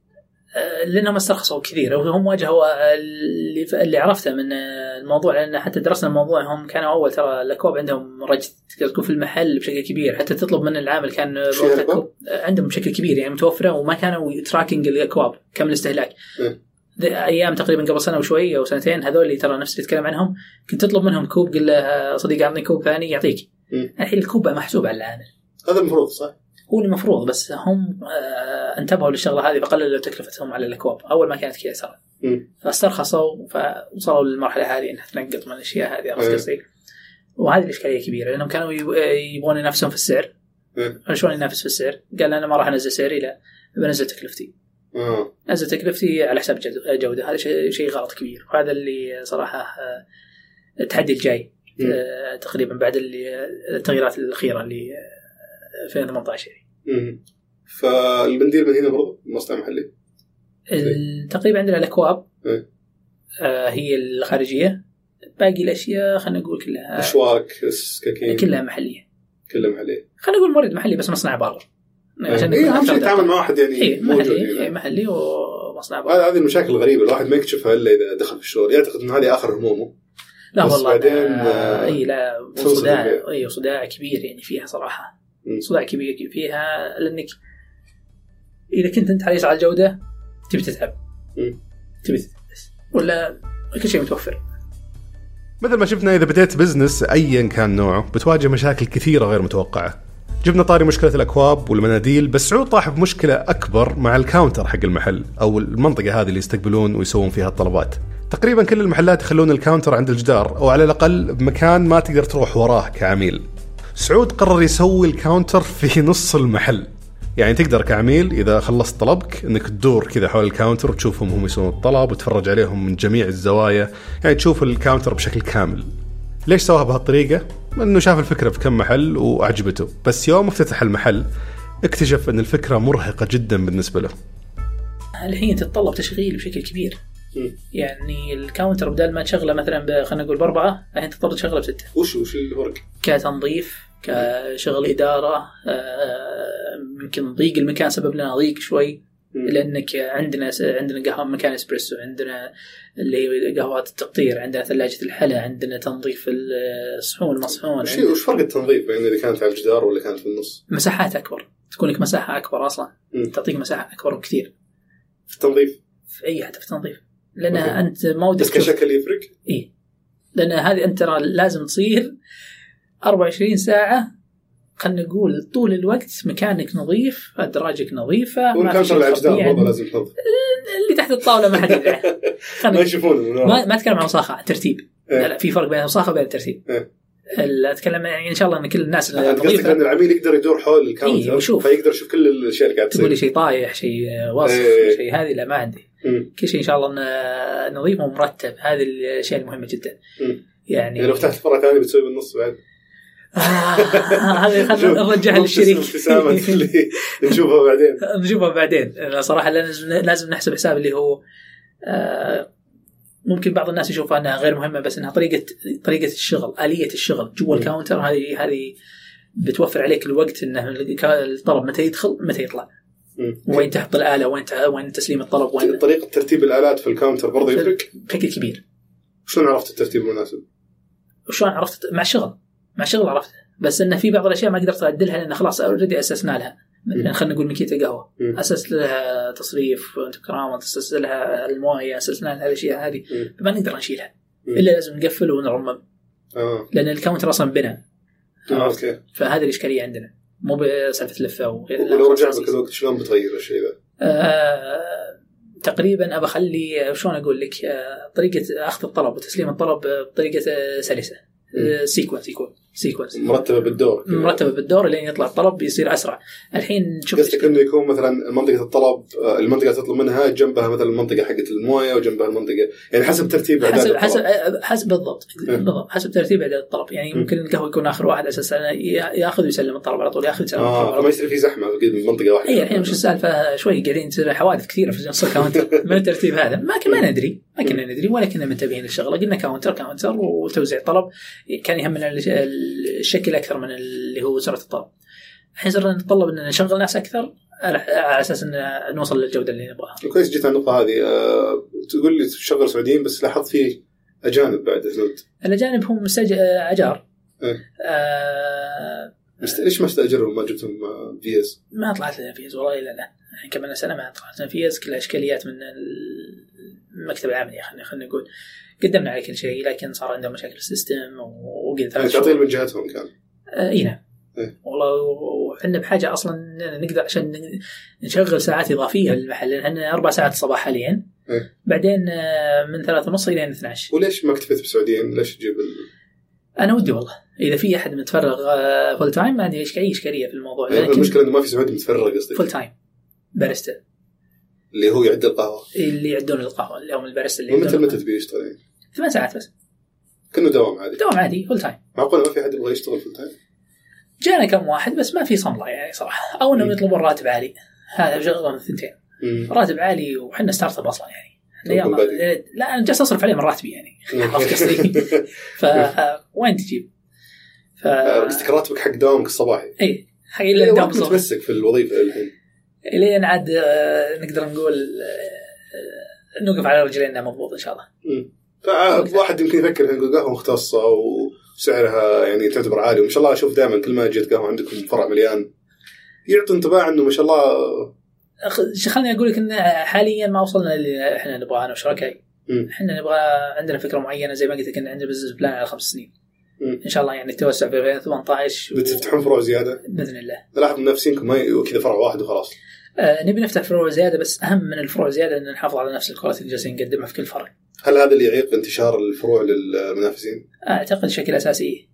[SPEAKER 2] آه، لانهم استرخصوا كثير وهم واجهوا اللي اللي عرفته من آه، الموضوع لان حتى درسنا الموضوع هم كانوا اول ترى الاكواب عندهم رجل تقدر تكون في المحل بشكل كبير حتى تطلب من العامل كان آه،
[SPEAKER 3] شو
[SPEAKER 2] وقت
[SPEAKER 3] الأكواب؟
[SPEAKER 2] الكو- آه، عندهم بشكل كبير يعني متوفره وما كانوا تراكنج الاكواب كم الاستهلاك
[SPEAKER 3] إيه.
[SPEAKER 2] ذي ايام تقريبا قبل سنه وشوي او سنتين هذول اللي ترى نفس اللي اتكلم عنهم كنت تطلب منهم كوب قل له آه، صديقي اعطني كوب ثاني يعطيك
[SPEAKER 3] مم.
[SPEAKER 2] الحين الكوب بقى محسوب على العامل
[SPEAKER 3] هذا المفروض صح؟
[SPEAKER 2] هو المفروض بس هم آه، انتبهوا للشغله هذه فقللوا تكلفتهم على الاكواب اول ما كانت كذا ترى
[SPEAKER 3] مم.
[SPEAKER 2] فاسترخصوا فوصلوا للمرحله هذه انها تنقط من الاشياء هذه عرفت
[SPEAKER 3] إيه.
[SPEAKER 2] قصدي؟ وهذه الاشكاليه الكبيره لانهم كانوا يب- آه، يبغون ينافسون في السعر
[SPEAKER 3] إيه.
[SPEAKER 2] شلون ينافس في السعر؟ قال انا ما راح انزل سعري لا بنزل تكلفتي
[SPEAKER 3] اه
[SPEAKER 2] نزل تكلفتي على حساب جد- جوده هذا شيء شيء غلط كبير وهذا اللي صراحه آه، التحدي الجاي
[SPEAKER 3] مم.
[SPEAKER 2] آه، تقريبا بعد اللي- التغييرات الاخيره اللي آه، 2018
[SPEAKER 3] مم. فالبندير من هنا برضه مصنع محلي
[SPEAKER 2] ال- تقريبا عندنا الاكواب
[SPEAKER 3] إيه.
[SPEAKER 2] آه هي الخارجيه باقي الاشياء خلينا نقول كلها
[SPEAKER 3] اشواك سكاكين
[SPEAKER 2] كلها محليه
[SPEAKER 3] كلها محلي
[SPEAKER 2] خلينا نقول مورد محلي بس مصنع بار إيه، عشان
[SPEAKER 3] اي
[SPEAKER 2] نكون
[SPEAKER 3] اهم
[SPEAKER 2] أكثر
[SPEAKER 3] إيه. شيء
[SPEAKER 2] دقة.
[SPEAKER 3] يتعامل مع واحد يعني
[SPEAKER 2] إيه،
[SPEAKER 3] موجود
[SPEAKER 2] محلي إيه،
[SPEAKER 3] هنا.
[SPEAKER 2] محلي ومصنع بار
[SPEAKER 3] هذا هذه المشاكل الغريبه الواحد ما يكتشفها الا اذا دخل في الشغل يعتقد ان هذه اخر همومه
[SPEAKER 2] لا
[SPEAKER 3] بس
[SPEAKER 2] والله
[SPEAKER 3] بعدين، آه،
[SPEAKER 2] آه اي لا
[SPEAKER 3] تنصدم
[SPEAKER 2] صداع
[SPEAKER 3] فيها.
[SPEAKER 2] اي صداع كبير يعني فيها صراحه
[SPEAKER 3] مم.
[SPEAKER 2] صداع كبير فيها لانك اذا كنت انت حريص على الجوده تبي تتعب
[SPEAKER 3] مم.
[SPEAKER 2] تبي تدرس ولا كل شيء متوفر
[SPEAKER 1] مثل ما شفنا اذا بديت بزنس ايا كان نوعه بتواجه مشاكل كثيره غير متوقعه جبنا طاري مشكله الاكواب والمناديل بس سعود طاح بمشكله اكبر مع الكاونتر حق المحل او المنطقه هذه اللي يستقبلون ويسوون فيها الطلبات تقريبا كل المحلات يخلون الكاونتر عند الجدار او على الاقل بمكان ما تقدر تروح وراه كعميل سعود قرر يسوي الكاونتر في نص المحل يعني تقدر كعميل اذا خلصت طلبك انك تدور كذا حول الكاونتر وتشوفهم هم يسوون الطلب وتتفرج عليهم من جميع الزوايا يعني تشوف الكاونتر بشكل كامل ليش سواها بهالطريقه انه شاف الفكره في كم محل واعجبته بس يوم افتتح المحل اكتشف ان الفكره مرهقه جدا بالنسبه له
[SPEAKER 2] الحين تتطلب تشغيل بشكل كبير
[SPEAKER 3] مم.
[SPEAKER 2] يعني الكاونتر بدل ما تشغله مثلا ب- خلينا نقول باربعه الحين تضطر تشغله بسته
[SPEAKER 3] وش وش الفرق؟
[SPEAKER 2] كتنظيف كشغل اداره آه، يمكن ضيق المكان سبب لنا ضيق شوي
[SPEAKER 3] مم.
[SPEAKER 2] لانك عندنا عندنا قهوه مكان اسبريسو عندنا اللي هي قهوات التقطير عندنا ثلاجه الحلا عندنا تنظيف الصحون المصحون
[SPEAKER 3] وش وش فرق التنظيف بين اذا كانت على الجدار ولا كانت في النص؟
[SPEAKER 2] مساحات اكبر تكون لك مساحه اكبر اصلا
[SPEAKER 3] مم.
[SPEAKER 2] تعطيك مساحه اكبر بكثير
[SPEAKER 3] في التنظيف
[SPEAKER 2] في اي حتى في التنظيف لان
[SPEAKER 3] أوكي.
[SPEAKER 2] انت ما ودك
[SPEAKER 3] بس
[SPEAKER 2] تشوف-
[SPEAKER 3] كشكل يفرق؟
[SPEAKER 2] اي لان إيه. هذه انت ترى لازم تصير 24 ساعه خلينا نقول طول الوقت مكانك نظيف ادراجك نظيفه ما في
[SPEAKER 3] والكاونتر
[SPEAKER 2] شيء خفي
[SPEAKER 3] على الجدار برضه
[SPEAKER 2] عند-
[SPEAKER 3] لازم تنظف
[SPEAKER 2] اللي تحت الطاوله ما حد يدري عنه.
[SPEAKER 3] ما
[SPEAKER 2] خلنا-
[SPEAKER 3] يشوفون من
[SPEAKER 2] ما
[SPEAKER 3] ورا.
[SPEAKER 2] ما اتكلم عن وساخه ترتيب
[SPEAKER 3] إيه.
[SPEAKER 2] لا لا في فرق بين الوساخه وبين الترتيب
[SPEAKER 3] إيه.
[SPEAKER 2] ال- اتكلم يعني ان شاء الله ان كل الناس
[SPEAKER 3] أنت قصدك
[SPEAKER 2] نظيفه
[SPEAKER 3] ان العميل يقدر يدور حول
[SPEAKER 2] إيه،
[SPEAKER 3] الكاونتر
[SPEAKER 2] ويشوف.
[SPEAKER 3] فيقدر يشوف كل الاشياء اللي قاعد
[SPEAKER 2] تقول لي
[SPEAKER 3] تصير
[SPEAKER 2] شيء طايح شيء وصف
[SPEAKER 3] إيه.
[SPEAKER 2] شيء هذه لا ما عندي
[SPEAKER 3] مم.
[SPEAKER 2] كل شيء ان شاء الله انه نظيف ومرتب هذه الاشياء المهمه جدا
[SPEAKER 3] مم.
[SPEAKER 2] يعني
[SPEAKER 3] يعني لو فتحت فرع ثاني بتسوي بالنص بعد
[SPEAKER 2] آه، هذا خلنا نرجعها
[SPEAKER 3] شوف
[SPEAKER 2] للشريك
[SPEAKER 3] ابتسامة اللي نشوفها بعدين
[SPEAKER 2] نشوفها بعدين أنا صراحه لازم لازم نحسب حساب اللي هو آه، ممكن بعض الناس يشوفها انها غير مهمه بس انها طريقه طريقه الشغل اليه الشغل جوا
[SPEAKER 3] مم.
[SPEAKER 2] الكاونتر هذه هذه بتوفر عليك الوقت انه الك- الطلب متى يدخل متى يطلع
[SPEAKER 3] مم.
[SPEAKER 2] وين تحط الاله وين ت- وين تسليم الطلب وين
[SPEAKER 3] طريقة ترتيب الآلات في الكاونتر برضه يفرق
[SPEAKER 2] بشكل كبير
[SPEAKER 3] شلون عرفت الترتيب المناسب؟
[SPEAKER 2] وشلون عرفت مع الشغل مع الشغل عرفته بس انه في بعض الاشياء ما قدرت اعدلها لان خلاص اوريدي اسسنا لها مثلا
[SPEAKER 3] مم.
[SPEAKER 2] خلينا نقول ميكيتا قهوه
[SPEAKER 3] مم.
[SPEAKER 2] اسست لها تصريف وانت كرامه اسست لها المويه اسست لها الاشياء هذه
[SPEAKER 3] مم.
[SPEAKER 2] ما نقدر نشيلها
[SPEAKER 3] مم.
[SPEAKER 2] الا لازم نقفل ونرمم
[SPEAKER 3] اه
[SPEAKER 2] لان الكاونتر اصلا بنا
[SPEAKER 3] آه، اوكي
[SPEAKER 2] فهذه الاشكاليه عندنا مو بسالفه لفه و...
[SPEAKER 3] ولو رجع بك الوقت شلون بتغير الشيء ذا؟
[SPEAKER 2] آه، تقريبا ابى اخلي شلون اقول لك آه، طريقه اخذ الطلب وتسليم الطلب آه، بطريقه آه، سلسه
[SPEAKER 3] مم.
[SPEAKER 2] سيكونس يكون سيكونس
[SPEAKER 3] مرتبه بالدور كذا.
[SPEAKER 2] مرتبه بالدور لين يطلع الطلب يصير اسرع الحين شوف
[SPEAKER 3] قصدك انه يكون مثلا منطقه الطلب آه، المنطقه تطلب منها جنبها مثلا المنطقه حقت المويه وجنبها المنطقه يعني حسب ترتيب اعداد
[SPEAKER 2] حسب
[SPEAKER 3] الطلب.
[SPEAKER 2] حسب حسب بالضبط
[SPEAKER 3] إيه.
[SPEAKER 2] بالضبط حسب ترتيب اعداد الطلب يعني
[SPEAKER 3] مم.
[SPEAKER 2] ممكن القهوه يكون اخر واحد اساسا ياخذ ويسلم الطلب على طول ياخذ ويسلم الطلب
[SPEAKER 3] اه
[SPEAKER 2] على
[SPEAKER 3] ما
[SPEAKER 2] طول
[SPEAKER 3] يصير في زحمه من منطقه واحده
[SPEAKER 2] اي الحين إيه، مش السالفه شوي قاعدين تصير حوادث كثيره في نص الكاونتر من الترتيب هذا ما كنا
[SPEAKER 3] إيه.
[SPEAKER 2] ما ندري ما كنا ندري ولا كنا منتبهين للشغله قلنا كاونتر كاونتر وتوزيع طلب كان يهمنا الش- الشكل اكثر من اللي هو سرعه الطلب الحين صرنا نتطلب ان نشغل ناس اكثر على على اساس ان نوصل للجوده اللي نبغاها
[SPEAKER 3] كويس جيت على النقطه هذه آه، تقول لي تشغل سعوديين بس لاحظت فيه اجانب بعد اسود
[SPEAKER 2] الاجانب هم مستج... آه، عجار
[SPEAKER 3] إيه.
[SPEAKER 2] آه،
[SPEAKER 3] مست... ليش ما استاجرهم ما جبتهم آه، فيز؟
[SPEAKER 2] ما طلعت لنا فيز والله الى الان يعني كمان سنه ما طلعت لنا فيز كل اشكاليات من المكتب العملي خلينا خلينا نقول قدمنا على كل شيء لكن صار عندهم مشاكل في السيستم وقلت
[SPEAKER 3] يعني
[SPEAKER 2] ثلاث
[SPEAKER 3] تعطيهم
[SPEAKER 2] شهور
[SPEAKER 3] من جهتهم كان
[SPEAKER 2] آه، اي نعم
[SPEAKER 3] إيه.
[SPEAKER 2] والله وعندنا بحاجه اصلا إننا نقدر عشان ن- نشغل ساعات اضافيه للمحل لان احنا اربع ساعات الصباح حاليا
[SPEAKER 3] إيه.
[SPEAKER 2] بعدين آه، من ثلاثة ونص الى 12
[SPEAKER 3] وليش ما اكتفيت بسعوديين؟ ليش تجيب ال...
[SPEAKER 2] انا ودي والله اذا في احد متفرغ فول تايم ما عندي إشك- اي اشكاليه في الموضوع
[SPEAKER 3] يعني
[SPEAKER 2] لكن
[SPEAKER 3] المشكله انه ما في سعودي متفرغ
[SPEAKER 2] فول
[SPEAKER 3] قصدي
[SPEAKER 2] تايم باريستا
[SPEAKER 3] اللي هو يعد القهوه
[SPEAKER 2] اللي يعدون القهوه اللي هم الباريستا اللي
[SPEAKER 3] من متى
[SPEAKER 2] يعدون
[SPEAKER 3] متى
[SPEAKER 2] القهوة.
[SPEAKER 3] تبي يشتغل يعني؟
[SPEAKER 2] ثمان ساعات بس
[SPEAKER 3] كانه دوام عادي
[SPEAKER 2] دوام عادي فول تايم
[SPEAKER 3] معقوله ما في حد يبغى يشتغل فول تايم؟
[SPEAKER 2] جانا كم واحد بس ما في صمله يعني صراحه او انهم
[SPEAKER 3] مم.
[SPEAKER 2] يطلبون راتب عالي هذا شغله من الثنتين
[SPEAKER 3] مم.
[SPEAKER 2] راتب عالي وحنا ستارت اب اصلا يعني إحنا
[SPEAKER 3] طب
[SPEAKER 2] يلا لا انا جالس اصرف عليه من راتبي يعني عرفت قصدي؟ ف وين تجيب؟ ف
[SPEAKER 3] آه، قصدك راتبك حق دوامك الصباحي
[SPEAKER 2] اي حقيقي
[SPEAKER 3] إيه،
[SPEAKER 2] لين
[SPEAKER 3] وأنت
[SPEAKER 2] دوام الصبح.
[SPEAKER 3] متمسك في الوظيفه الحين
[SPEAKER 2] لين عاد آه، نقدر نقول آه، نوقف على رجلينا مضبوط ان شاء الله
[SPEAKER 3] فواحد يمكن يفكر إنه يقول قهوه مختصه وسعرها يعني تعتبر عالي وما شاء الله اشوف دائما كل ما جيت قهوه عندكم فرع مليان يعطي انطباع انه ما شاء الله
[SPEAKER 2] أخ- ش- خليني اقول لك ان حاليا ما وصلنا اللي احنا نبغاه انا وشركائي
[SPEAKER 3] مم.
[SPEAKER 2] احنا نبغى عندنا فكره معينه زي ما قلت لك ان عندنا بزنس بلان على خمس سنين
[SPEAKER 3] مم.
[SPEAKER 2] ان شاء الله يعني التوسع في 2018 و-
[SPEAKER 3] بتفتحون فروع زياده
[SPEAKER 2] باذن الله
[SPEAKER 3] لاحظ منافسينكم ما كذا فرع واحد وخلاص
[SPEAKER 2] آه نبي نفتح فروع زياده بس اهم من الفروع زياده ان نحافظ على نفس الكواليتي اللي جالسين نقدمها في كل فرع
[SPEAKER 3] هل هذا اللي يعيق انتشار الفروع للمنافسين؟
[SPEAKER 2] اعتقد بشكل اساسي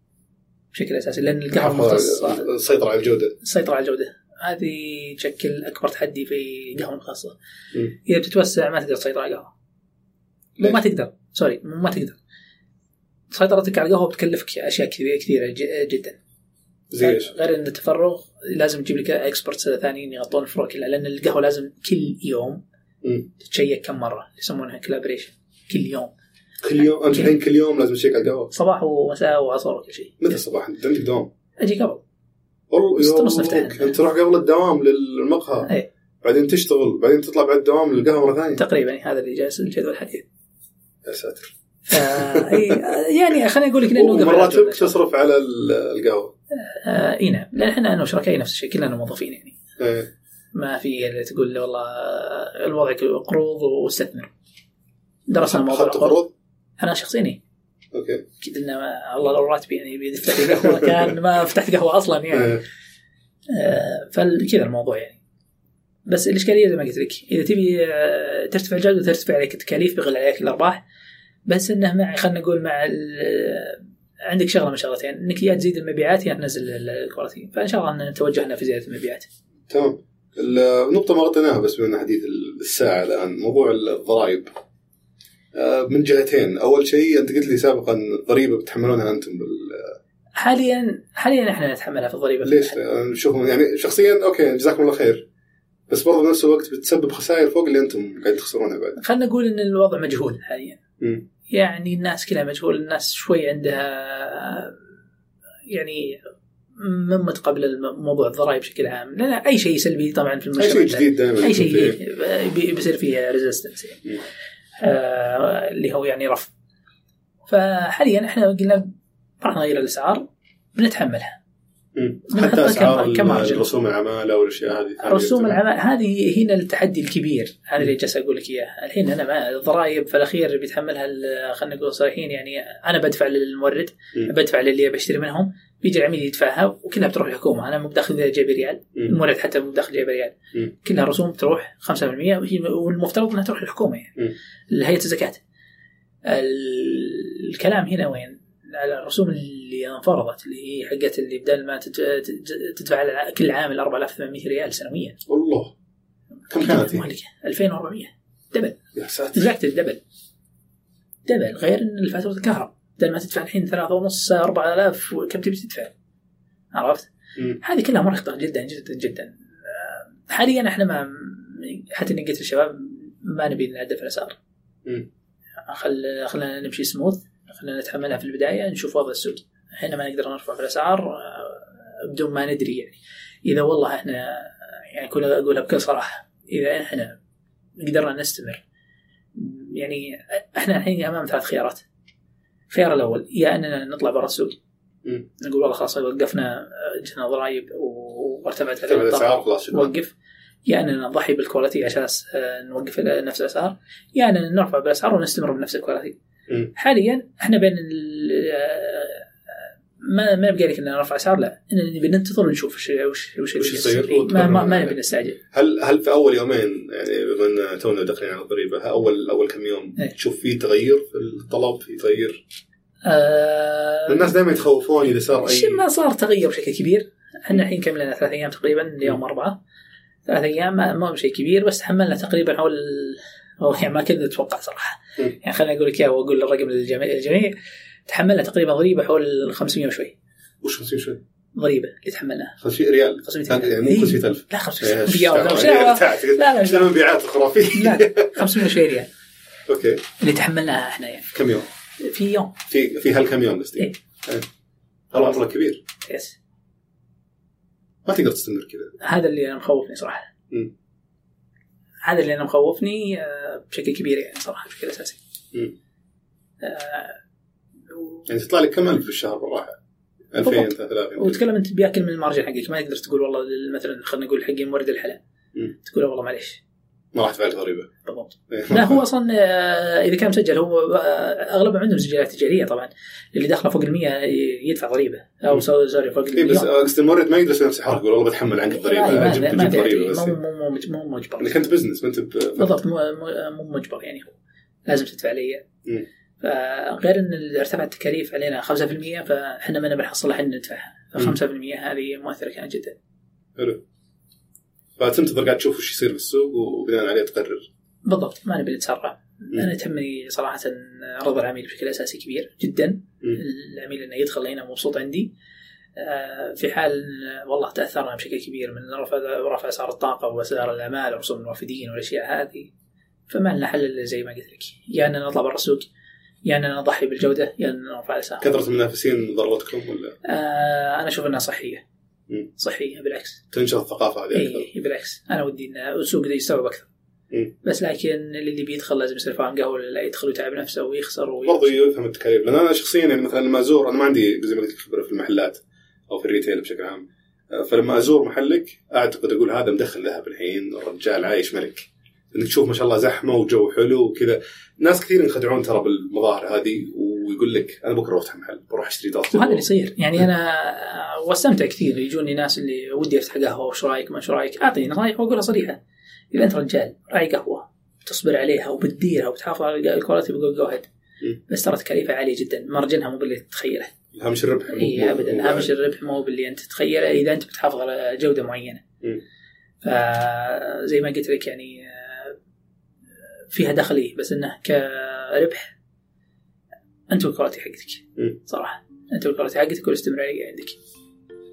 [SPEAKER 2] بشكل اساسي لان القهوه
[SPEAKER 3] الحفاظ-
[SPEAKER 2] المختصه
[SPEAKER 3] السيطره على الجوده
[SPEAKER 2] السيطره على الجوده هذه تشكل اكبر تحدي في القهوه المختصه
[SPEAKER 3] مم.
[SPEAKER 2] اذا بتتوسع ما تقدر تسيطر على القهوه مو ما تقدر سوري مو ما تقدر سيطرتك على القهوه بتكلفك اشياء كثيره كثيره ج- جدا
[SPEAKER 3] زي ايش؟
[SPEAKER 2] غير ان التفرغ لازم تجيب لك اكسبرتس ثانيين يغطون الفروع كلها لان القهوه لازم كل يوم
[SPEAKER 3] مم.
[SPEAKER 2] تتشيك كم مره يسمونها كلابريشن كل يوم
[SPEAKER 3] كل يوم انت الحين كل يوم لازم تشيك على القهوه
[SPEAKER 2] صباح ومساء وعصر وكل شيء
[SPEAKER 3] متى الصباح انت عندك دوام؟
[SPEAKER 2] اجي قبل
[SPEAKER 3] والله
[SPEAKER 2] بس
[SPEAKER 3] يومك.
[SPEAKER 2] تمس نفتح.
[SPEAKER 3] انت تروح قبل الدوام للمقهى
[SPEAKER 2] إيه.
[SPEAKER 3] بعدين تشتغل بعدين تطلع بعد الدوام للقهوه مره ثانيه
[SPEAKER 2] تقريبا يعني هذا اللي جالس الجدول الحديث
[SPEAKER 3] يا ساتر
[SPEAKER 2] فا- إي- يعني خليني اقول لك لانه قبل
[SPEAKER 3] ومراتبك
[SPEAKER 2] الجولة.
[SPEAKER 3] تصرف على ال- القهوه
[SPEAKER 2] آه اي نعم لان احنا انا وشركائي نفس الشيء كلنا موظفين يعني
[SPEAKER 3] إيه.
[SPEAKER 2] ما في اللي تقول لي والله آه، الوضع ك- قروض واستثمر درسنا موضوع
[SPEAKER 3] اخذت
[SPEAKER 2] القروض
[SPEAKER 3] قروض
[SPEAKER 2] انا شخصيا إي.
[SPEAKER 3] اوكي
[SPEAKER 2] اكيد انه ما- والله لو راتبي يعني بيفتح لي قهوه كان ما فتحت قهوه اصلا يعني
[SPEAKER 3] إيه.
[SPEAKER 2] آه، فكذا الموضوع يعني بس الاشكاليه زي ما قلت لك اذا تبي آه، ترتفع الجوده ترتفع عليك التكاليف بيغلى عليك الارباح بس انه مع خلينا نقول مع ال- عندك شغله من شغلتين انك يا تزيد المبيعات يا تنزل ال- الكواليتي فان شاء الله ان توجهنا في زياده المبيعات
[SPEAKER 3] تمام النقطة ما غطيناها بس بما ان حديث الساعة الان موضوع الضرائب آه، من جهتين، اول شيء انت قلت لي سابقا ضريبة بتحملونها انتم بال...
[SPEAKER 2] حاليا حاليا احنا نتحملها في الضريبه
[SPEAKER 3] ليش؟ أنا اشوفهم يعني شخصيا اوكي جزاكم الله خير بس برضه بنفس الوقت بتسبب خسائر فوق اللي انتم قاعد تخسرونها بعد.
[SPEAKER 2] خلينا نقول ان الوضع مجهول حاليا
[SPEAKER 3] مم.
[SPEAKER 2] يعني الناس كلها مجهول الناس شوي عندها يعني من متقبل الم- موضوع الضرائب بشكل عام لان اي شيء سلبي طبعا في
[SPEAKER 3] اي
[SPEAKER 2] المجتمع
[SPEAKER 3] شيء جديد دائما
[SPEAKER 2] اي شيء بي- بيصير فيه ريزيستنس يعني
[SPEAKER 3] مم.
[SPEAKER 2] آه اللي هو يعني رفض فحاليا احنا قلنا راح نغير الاسعار بنتحملها
[SPEAKER 3] مم.
[SPEAKER 2] نحطها
[SPEAKER 3] حتى
[SPEAKER 2] كم-
[SPEAKER 3] اسعار
[SPEAKER 2] كمارجن.
[SPEAKER 3] ال- رسوم العماله والاشياء هذه هذه
[SPEAKER 2] رسوم
[SPEAKER 3] تمام.
[SPEAKER 2] العمل هذه هنا التحدي الكبير هذا اللي جالس اقول لك اياه الحين انا ما الضرائب في الاخير اللي بيتحملها ال- خلينا نقول صريحين يعني انا بدفع للمورد
[SPEAKER 3] مم.
[SPEAKER 2] بدفع للي بشتري منهم بيجي العميل يدفعها وكلها بتروح للحكومه انا مو بداخل جيبي ريال
[SPEAKER 3] مم.
[SPEAKER 2] المورد حتى مو بداخل جيبي ريال
[SPEAKER 3] مم.
[SPEAKER 2] يعني. كلها رسوم تروح 5% وهي- والمفترض انها تروح للحكومه
[SPEAKER 3] مم.
[SPEAKER 2] يعني لهيئه الزكاه ال- الكلام هنا وين؟ على الرسوم اللي انفرضت اللي هي حقت اللي بدل ما تدفع- تدفع على كل عامل 4800 ريال سنويا
[SPEAKER 3] والله كم كانت هي؟
[SPEAKER 2] مالك 2400 دبل
[SPEAKER 3] يا ساتر
[SPEAKER 2] دفعت الدبل دبل غير ان فاتوره الكهرباء بدل ما تدفع الحين ثلاثة ونص 4000 كم تبي تدفع عرفت؟
[SPEAKER 3] مم.
[SPEAKER 2] هذه كلها مرهقه جدا جدا جدا آه، حاليا احنا ما حتى نقيت الشباب ما نبي نعدل في الاسعار
[SPEAKER 3] مم.
[SPEAKER 2] خل خلينا نمشي سموث خلينا نتحملها في البدايه نشوف وضع السوق احنا ما نقدر نرفع في الاسعار آه، بدون ما ندري يعني اذا والله احنا يعني كل اقولها بكل صراحه اذا احنا قدرنا نستمر يعني احنا الحين امام ثلاث خيارات الخيار الاول يا اننا نطلع برا السوق
[SPEAKER 3] مم.
[SPEAKER 2] نقول والله خلاص وقفنا آه، جتنا ضرائب و- وارتفعت علينا
[SPEAKER 3] تبع الاسعار
[SPEAKER 2] الطاقة،
[SPEAKER 3] خلاص شكراً.
[SPEAKER 2] نوقف يا اننا نضحي يعني بالكواليتي عشان آه، نوقف ال- نفس الاسعار يا اننا نرفع بالاسعار ونستمر بنفس الكواليتي
[SPEAKER 3] مم.
[SPEAKER 2] حاليا احنا بين ال- آه، ما ما يبقى لك ان نرفع اسعار لا إن- نبي ننتظر ونشوف وش وش وش,
[SPEAKER 3] وش
[SPEAKER 2] اللي
[SPEAKER 3] يصير
[SPEAKER 2] يصير. إيه، ما ما,
[SPEAKER 3] وتقرر
[SPEAKER 2] ما
[SPEAKER 3] عليه.
[SPEAKER 2] نبي نستعجل
[SPEAKER 3] هل هل في اول يومين يعني بما ان تونا داخلين على الضريبه اول اول كم يوم
[SPEAKER 2] إيه.
[SPEAKER 3] تشوف في تغير في الطلب في تغير
[SPEAKER 2] آه
[SPEAKER 3] الناس دائما يتخوفون اذا صار اي
[SPEAKER 2] شيء ما صار تغير بشكل كبير احنا الحين كم لنا ثلاث ايام تقريبا اليوم اربعه ثلاث ايام ما ما هو بشيء كبير بس تحملنا تقريبا حول أو يعني ما كنت اتوقع صراحه
[SPEAKER 3] م.
[SPEAKER 2] يعني خليني اقول لك اياه واقول الرقم للجميع الجميع تحملنا تقريبا ضريبه حول 500 وشوي
[SPEAKER 3] وش 50 شوي
[SPEAKER 2] ضريبه اللي تحملناها
[SPEAKER 3] 50 ريال
[SPEAKER 2] 500
[SPEAKER 3] يعني مو 5000
[SPEAKER 2] لا 500
[SPEAKER 3] إيه،
[SPEAKER 2] ريال
[SPEAKER 3] شعر-
[SPEAKER 2] لا، شعر-
[SPEAKER 3] ارتعت.
[SPEAKER 2] لا،
[SPEAKER 3] شنو المبيعات الخرافيه
[SPEAKER 2] لا 500 شوي ريال
[SPEAKER 3] اوكي
[SPEAKER 2] اللي تحملناها احنا يعني
[SPEAKER 3] كم يوم
[SPEAKER 2] في يوم
[SPEAKER 3] في في هالكم يوم قصدي
[SPEAKER 2] إيه.
[SPEAKER 3] إيه. والله مره كبير
[SPEAKER 2] يس
[SPEAKER 3] ما تقدر تستمر كذا
[SPEAKER 2] هذا اللي انا مخوفني صراحه
[SPEAKER 3] م.
[SPEAKER 2] هذا اللي انا مخوفني آه، بشكل كبير يعني صراحه بشكل اساسي
[SPEAKER 3] مم.
[SPEAKER 2] آه، و-
[SPEAKER 3] يعني تطلع لك كم الف في الشهر بالراحه 2000 3000
[SPEAKER 2] وتكلم انت بياكل من المارجن حقك ما تقدر تقول والله لل- مثلا خلينا نقول حق مورد الحلا
[SPEAKER 3] مم.
[SPEAKER 2] تقول والله معليش
[SPEAKER 3] ما راح تدفع لي ضريبه
[SPEAKER 2] بالضبط
[SPEAKER 3] إيه.
[SPEAKER 2] لا هو اصلا آه، اذا كان مسجل هو آه، اغلبهم عندهم سجلات تجاريه طبعا اللي داخله فوق ال 100 يدفع ضريبه او
[SPEAKER 3] مم.
[SPEAKER 2] سوري سوري، فوق
[SPEAKER 3] إيه،
[SPEAKER 2] ال
[SPEAKER 3] بس
[SPEAKER 2] 100
[SPEAKER 3] قصدي المورد ما يقدر يسوي نفس الحركه يقول والله بتحمل عنك الضريبه جبت جبت ضريبه بس
[SPEAKER 2] مو مو مو- مو مجبر
[SPEAKER 3] انك انت بزنس ما انت ب-
[SPEAKER 2] بالضبط مو مو- مو مجبر يعني هو لازم تدفع لي
[SPEAKER 3] مم.
[SPEAKER 2] فغير ان ال- ارتفعت التكاليف علينا 5% فاحنا ما بنحصلها احنا ندفعها ف
[SPEAKER 3] مم.
[SPEAKER 2] 5% هذه مؤثره كانت جدا
[SPEAKER 3] فتنتظر قاعد تشوف وش يصير بالسوق وبناء عليه تقرر
[SPEAKER 2] بالضبط ما نبي نتسرع
[SPEAKER 3] مم.
[SPEAKER 2] انا تهمني صراحه رضا العميل بشكل اساسي كبير جدا
[SPEAKER 3] مم.
[SPEAKER 2] العميل انه يدخل هنا مبسوط عندي آه، في حال إن والله تاثرنا بشكل كبير من رفع رفع اسعار الطاقه واسعار العمال ورسوم الموافدين والاشياء هذه فما لنا حل الا زي ما قلت لك يا اننا نطلع برا السوق يا اننا نضحي بالجوده يا اننا نرفع الاسعار
[SPEAKER 3] كثره المنافسين ضرتكم ولا
[SPEAKER 2] آه، انا اشوف انها صحيه
[SPEAKER 3] مم.
[SPEAKER 2] صحيه بالعكس
[SPEAKER 3] تنشر الثقافه هذه اكثر
[SPEAKER 2] اي إيه، بالعكس انا ودي ان السوق ده يستوعب اكثر
[SPEAKER 3] مم.
[SPEAKER 2] بس لكن اللي بيدخل لازم يصير فاهم قهوه لا يدخل ويتعب نفسه ويخسر وي...
[SPEAKER 3] برضو يفهم التكاليف لان انا شخصيا يعني مثلا لما ازور انا ما عندي زي ما قلت لك خبره في المحلات او في الريتيل بشكل عام آه، فلما ازور محلك اعتقد اقول هذا مدخل ذهب الحين الرجال عايش ملك انك تشوف ما شاء الله زحمه وجو حلو وكذا ناس كثير ينخدعون ترى بالمظاهر هذه ويقول لك انا بكره بفتح محل بروح اشتري دارتي
[SPEAKER 2] وهذا اللي يصير يعني انا آه، واستمتع كثير يجوني ناس اللي ودي افتح قهوه وش رايك ما شو رايك اعطيني رايك واقولها صريحه اذا انت رجال راعي قهوه تصبر عليها وبتديرها وبتحافظ على الكواليتي بقول جو هيد
[SPEAKER 3] مم.
[SPEAKER 2] بس ترى تكاليفها عاليه جدا مرجنها مو باللي تتخيله
[SPEAKER 3] هامش الربح
[SPEAKER 2] اي ابدا هامش إيه، الربح مو باللي انت تتخيله اذا انت بتحافظ على جوده معينه
[SPEAKER 3] مم.
[SPEAKER 2] فزي ما قلت لك يعني آه، فيها دخل إيه، بس انه كربح انت والكواليتي حقتك
[SPEAKER 3] مم.
[SPEAKER 2] صراحه انت والكواليتي حقتك والاستمراريه عندك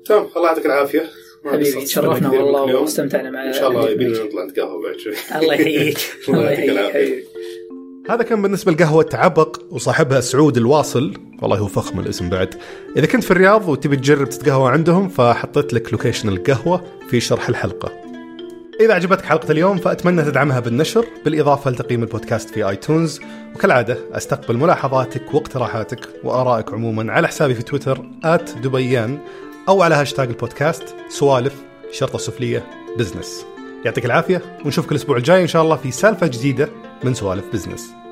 [SPEAKER 3] تمام الله يعطيك العافيه ما
[SPEAKER 2] حبيبي
[SPEAKER 3] قصرت
[SPEAKER 2] تشرفنا
[SPEAKER 3] كثير معك
[SPEAKER 2] والله
[SPEAKER 3] اليوم.
[SPEAKER 2] واستمتعنا مع
[SPEAKER 3] ان شاء الله
[SPEAKER 2] معك.
[SPEAKER 3] يبينا نطلع نتقهوى بعد شوي
[SPEAKER 2] الله يحييك
[SPEAKER 3] الله
[SPEAKER 2] الله
[SPEAKER 3] يعطيك
[SPEAKER 2] يحييك
[SPEAKER 3] العافية.
[SPEAKER 2] حبيبي.
[SPEAKER 1] هذا كان بالنسبة لقهوة عبق وصاحبها سعود الواصل والله هو فخم الاسم بعد إذا كنت في الرياض وتبي تجرب تتقهوى عندهم فحطيت لك لوكيشن القهوة في شرح الحلقة إذا عجبتك حلقة اليوم فأتمنى تدعمها بالنشر بالإضافة لتقييم البودكاست في آيتونز وكالعادة أستقبل ملاحظاتك واقتراحاتك وآرائك عموما على حسابي في تويتر دبيان أو على هاشتاج البودكاست سوالف شرطة سفلية بزنس يعطيك العافية ونشوفك الأسبوع الجاي إن شاء الله في سالفة جديدة من سوالف بزنس